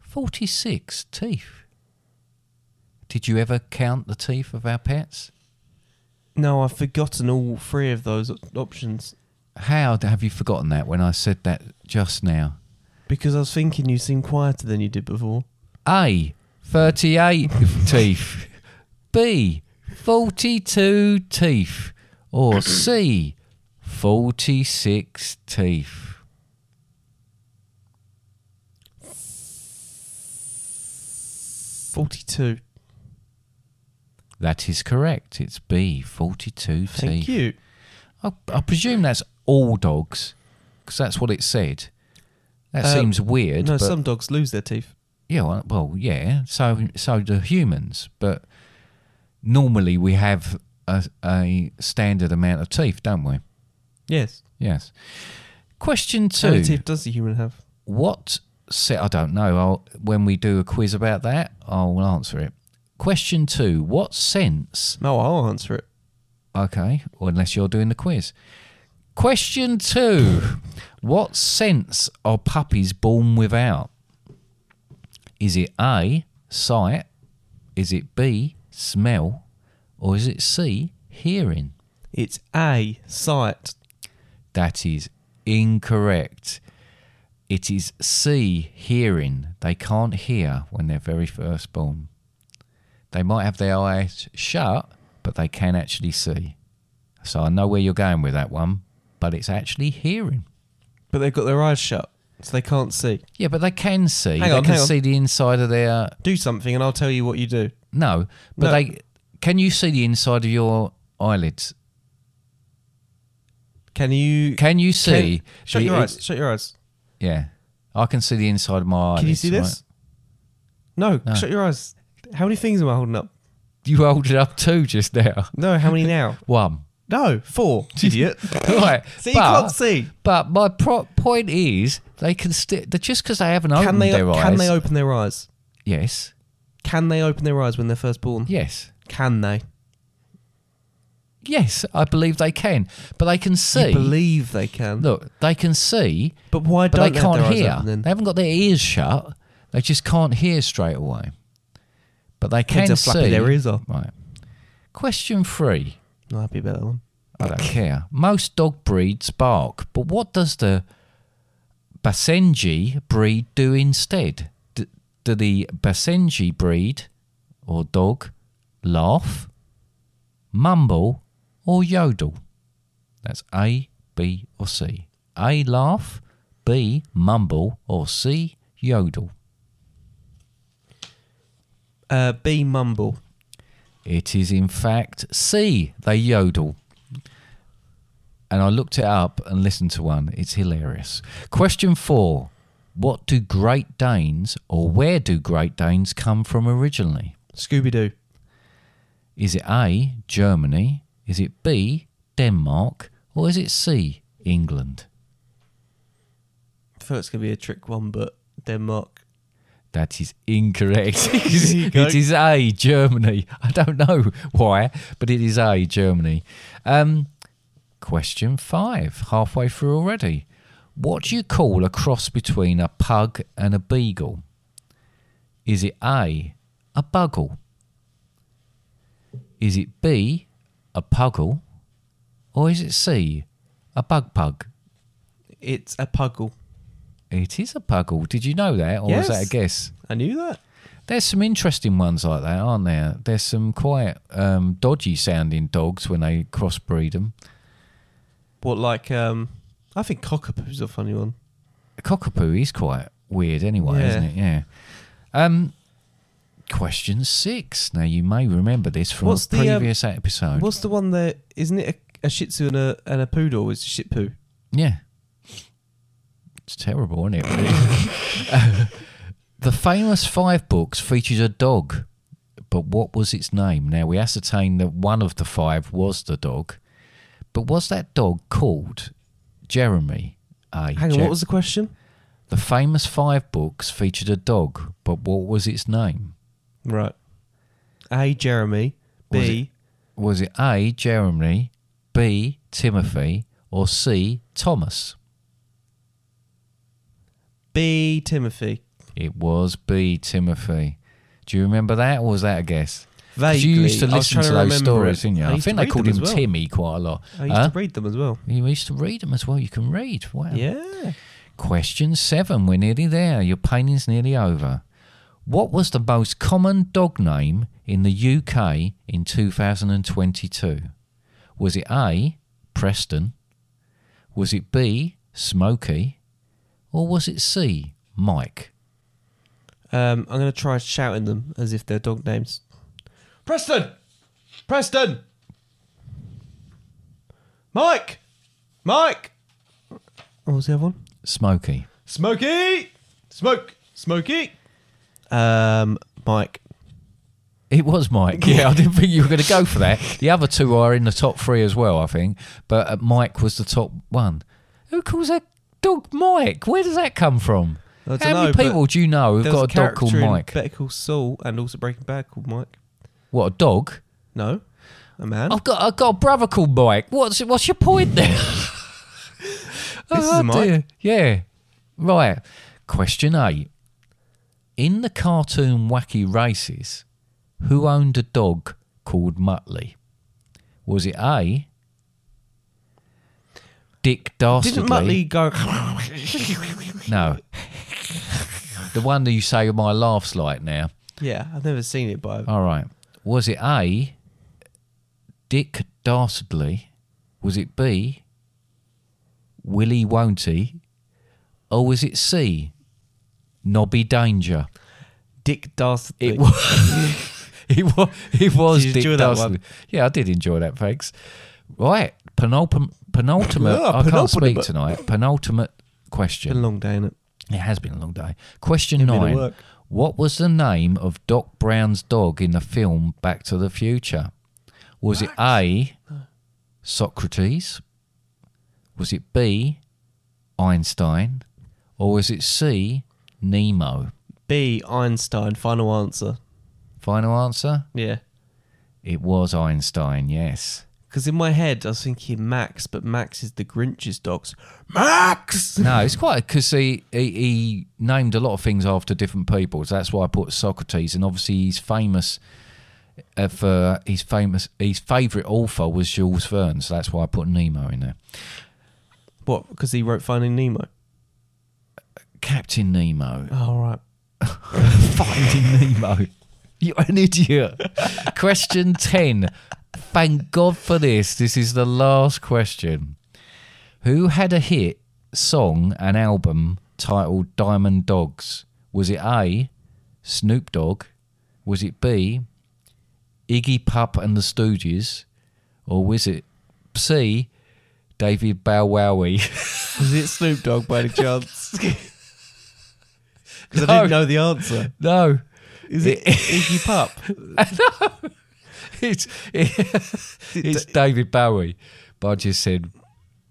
46 teeth? Did you ever count the teeth of our pets?
No, I've forgotten all three of those op- options
How d- have you forgotten that when I said that just now?
because I was thinking you seemed quieter than you did before.
A. 38 teeth. B. 42 teeth. Or C. 46 teeth.
42.
That is correct. It's B. 42
Thank
teeth.
you.
I, I presume that's all dogs because that's what it said. That
Uh,
seems weird.
No,
but
some dogs lose their teeth.
Yeah, well, well, yeah. So, so do humans, but normally we have a, a standard amount of teeth, don't we?
Yes.
Yes. Question
How many
two.
teeth does the human have?
What set? I don't know. I'll, when we do a quiz about that, I'll answer it. Question two. What sense?
No, I'll answer it.
Okay, well, unless you're doing the quiz. Question two. what sense are puppies born without? Is it A, sight? Is it B, smell? Or is it C, hearing?
It's A, sight.
That is incorrect. It is C, hearing. They can't hear when they're very first born. They might have their eyes shut, but they can actually see. So I know where you're going with that one, but it's actually hearing.
But they've got their eyes shut, so they can't see.
Yeah, but they can see.
Hang
they
on,
can
hang on.
see the inside of their
Do something and I'll tell you what you do.
no, but
No.
they can you see the inside of your eyelids?
Can you.
Can you see?
Shut
the-
your eyes. Shut your eyes.
Yeah, I can see the inside of my eyelids.
Can you see
right?
this? No,
No.
shut your eyes. How many things am I holding up?
You *laughs* held it up too just now.
No, how many now?
One.
*laughs* no,
*laughs*
four. Idiot.
right.
See, you
but,
can't see.
But my pro- point is, they can still just because they haven't opened
Can they,
their
can
eyes.
they open their eyes?
yes.
Can they open their eyes when they're first born?
Yes.
Can they?
Yes. I believe they can, but they can see.
You believe they can.
look, they can see,
but why
but
don't
they can't
have their
hear.
Eyes open, then?
They haven't got their ears shut. They just can't hear straight away. But they can
Kids are
see.
flapping their ears off.
Right. Question three.
No, happy about that one.
I don't care. Most dog breeds bark, but what does the Basenji breed do instead? D- do the Basenji breed or dog laugh, mumble, or yodel? That's A, B, or C. A, laugh, B, mumble, or C, yodel.
Uh, B mumble.
It is in fact C. They yodel. And I looked it up and listened to one. It's hilarious. Question four. What do Great Danes or where do Great Danes come from originally?
Scooby Doo.
Is it A, Germany? Is it B, Denmark, or is it C, England?
I feel it's going to be a trick one, but Denmark.
That is incorrect.
go.
*laughs* it is A, Germany. *laughs* I don't know why, but it is A, Germany. Um, question five, halfway through already. What do you call a cross between a pug and a beagle? Is it A, a buggle? Is it B, a puggle? Or is it C, a bug pug?
It's a puggle.
It is a puggle. Did you know that? Or
Yes.
was that a guess?
I knew that.
There's some interesting ones like that, aren't there? There's some quite um, dodgy sounding dogs when they crossbreed them.
What, like, um, I think cockapoo's a funny one.
A cockapoo is quite weird anyway,
Yeah.
isn't it? Yeah. Um, question six. Now, you may remember this from
What's
a
the, um,
previous episode.
What's the one that isn't it a, a Shih Tzu and a and a poodle? Is Shih Poo?
Yeah. It's terrible, isn't it? really? *laughs* Uh, the famous five books features a dog, but what was its name? Now, we ascertained that one of the five was the dog, but was that dog called Jeremy? A.
Hang on,
Jer-
what was the question?
the famous five books featured a dog, but what was its name?
Right. A Jeremy.
Was
B.
Was it A. Jeremy, B. Timothy, or C. Thomas?
B Timothy.
It was B. Timothy. Do you remember that, or was that a guess? 'Cause
Vaguely,
you used to
I was
listen to,
trying
those
remember
stories,
it.
didn't you? I,
used to
think they
read
called
them
him
as well.
Timmy quite a lot.
I used
Huh?
to read them as well.
You used to read them as well. You can read. Wow.
Yeah.
Question seven. We're nearly there. Your painting's nearly over. What was the most common dog name in the UK in 2022? Was it A. Preston? Was it B. Smokey? Or was it C. Mike?
Um, I'm gonna try shouting them as if they're dog names. Preston, Preston, Mike, Mike. What was Oh, the other one?
Smokey.
Smokey! Smoke! Smokey! Um, Mike.
It was Mike. Yeah, I didn't think you were going to go for that. The other two are in the top three as well, I think. But uh, Mike was the top one. Who calls that dog Mike? Where does that come from?
I don't
How many
know, but
people do you know who've
There was
Oh, got a, dog
character
called
in
Mike?
Better Call Saul and also Breaking Bad called Mike.
what a dog!
No, a man.
I've got I've got a brother called Mike. What's what's your
*laughs*
point there? Oh,
This is a Mike.
dear. Yeah. Right. Question eight. In the cartoon Wacky Races, who owned a dog called Muttley? Was it A. Dick Dastardly?
Didn't Muttley go? *laughs*
No. the one that you say my laughs like now.
yeah, I've never seen it, but I-
All right. Was it A, Dick Dastardly? Was it B, Willy Won't He? Or was it C, Nobby Danger?
Dick Dastardly.
It was.
*laughs*
it was. It was
Did you
Dick
enjoy that one?
Dastardly. Yeah, I did enjoy that. Thanks. Right. Penultim- penultimate.
Yeah,
I can't
Ah,
speak
penultimate.
tonight. Penultimate question.
been a long day, innit?
It has been a long day. Question
Been a bit of
nine.
work.
What was the name of Doc Brown's dog in the film Back to the Future? Was it A. Socrates? Was it B. Einstein? Or was it C. Nemo?
B Einstein. Final answer.
Final answer?
Yeah,
It was Einstein, yes.
because in my head I was thinking Max, but Max is the Grinch's dogs. Max.
No, it's quite because he, he he named a lot of things after different people. So that's why I put Socrates, and obviously he's famous uh, for his famous his favourite author was Jules Verne. So that's why I put Nemo in there.
What? Because he wrote Finding Nemo. Oh,
Captain Nemo,
All right.
Finding Nemo. You're an idiot. *laughs* question ten. Thank God for this. This is the last question. Who had a hit song and album titled Diamond Dogs? Was it A, Snoop Dogg? Was it B, Iggy Pop and the Stooges? Or was it C, David Bow Wowie?
Was it Snoop Dogg by any chance? Because I
No.
didn't know the answer.
*laughs* no.
Is
*laughs*
it Iggy Pup?
*laughs* it's it's David Bowie. But I just said,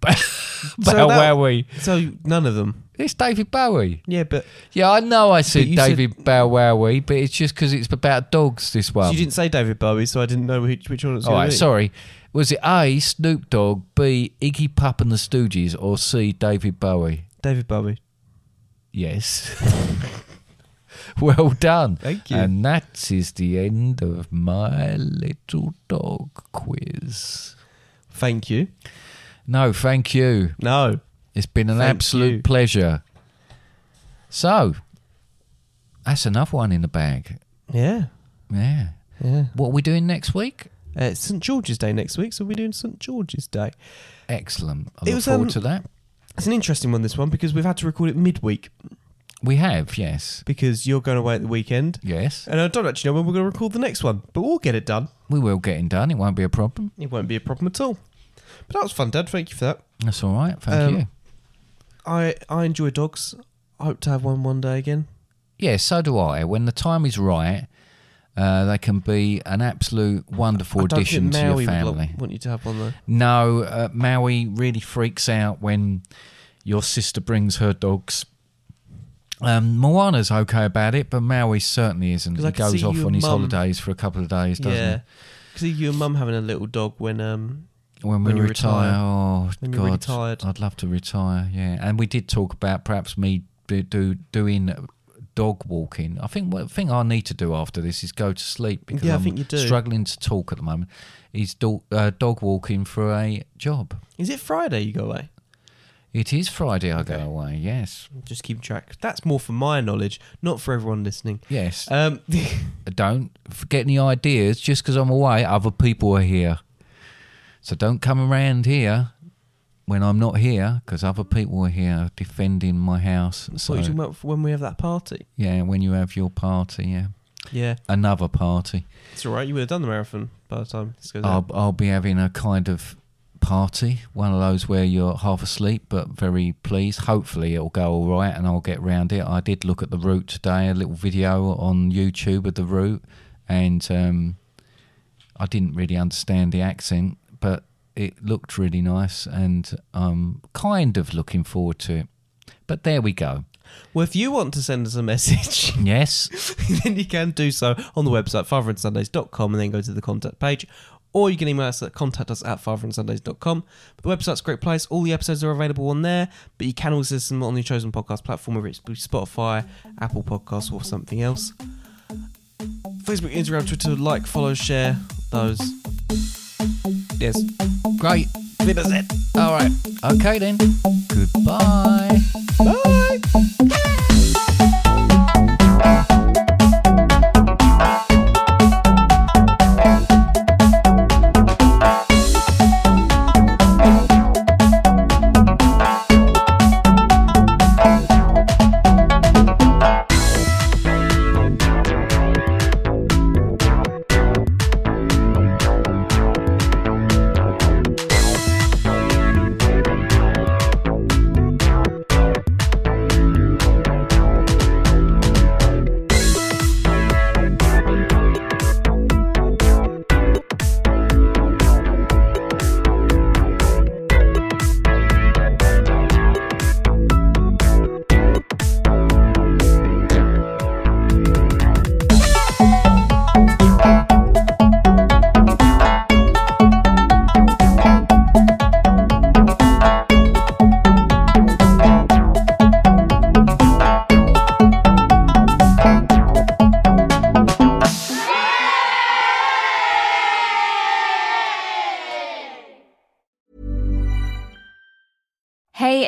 *laughs*
So
Bow
that-
Wowie.
So none of them.
It's David Bowie.
Yeah, but
Yeah, I know I
But
said
you said-
David Bow Wowie, but it's just because it's about dogs, this
so
one.
you didn't say David Bowie, so I didn't know which, which one it was.
All
gonna
right,
be.
Um, sorry. Was it A, Snoop Dogg, B, Iggy Pop and the Stooges, or C, David Bowie?
David Bowie.
Yes. *laughs* well done.
Thank you.
And that is the end of my little dog quiz.
Thank you.
No, thank you.
No.
It's been an
Thank
absolute
you.
pleasure. So, that's another one in the bag.
Yeah.
Yeah.
Yeah.
What are we doing next week?
Uh, it's St George's Day next week, so we're doing St George's Day.
Excellent. I
It
look
was,
forward
um,
to that.
It's an interesting one, this one, because we've had to record it midweek
We have, yes.
because you're going away at the weekend.
Yes.
And I don't actually know when we're going to record the next one, but we'll get it done.
We will get it done. It won't be a problem.
It won't be a problem at all. But that was fun, Dad. Thank you for that.
That's all right. Thank
Um,
you.
I, I enjoy dogs. I hope to have one one day again.
Yeah, so do I. When the time is right, uh, they can be an absolute
I
wonderful
don't
addition
think
to your
Maui would lo-
family.
want you to have one though.
No, uh, Maui really freaks out when your sister brings her dogs. Um, Moana's okay about it, but Maui certainly isn't.
'Cause
He
I can
goes
see
off
you
on his
mum-
holidays for a couple of days, doesn't
yeah. Because you and Mum having a little dog when um
he? When we
When you
retire,
retire.
oh
When
God,
you're really tired.
I'd love to retire. Yeah, and we did talk about perhaps me do, do doing dog walking. I think one thing I need to do after this is go to sleep because
Yeah, I
I'm
think you do.
struggling to talk at the moment. Is do, uh, dog walking for a job?
is it Friday you go away?
It is Friday. I go away. Yes.
Just keep track. That's more for my knowledge, not for everyone listening.
Yes. Uh,
Um, *laughs*
don't f- get any ideas. Just because I'm away, other people are here. So don't come around here when I'm not here because other people are here defending my house.
what are you
So,
talking about for when we have that party?
yeah, when you have your party, yeah.
Yeah,
Another party.
it's all right. You would have done the marathon by the time this goes
I'll,
out.
I'll be having a kind of party, one of those where you're half asleep but very pleased. Hopefully, it'll go all right and I'll get round it. I did look at the route today, a little video on YouTube of the route, and um, I didn't really understand the accent, but it looked really nice and I'm kind of looking forward to it. But there we go.
Well, if you want to send us a message,
Yes,
*laughs* then you can do so on the website fatherandsundays.com and then go to the contact page. Or you can email us at contact us at fatherandsundays.com. But the website's a great place. All the episodes are available on there. But you can also listen on your chosen podcast platform, whether it's Spotify, Apple Podcasts, or something else. Facebook, Instagram, Twitter, like, follow, share those. Yes.
great.
That's it.
All right. Okay then. Goodbye.
Bye.
Hey,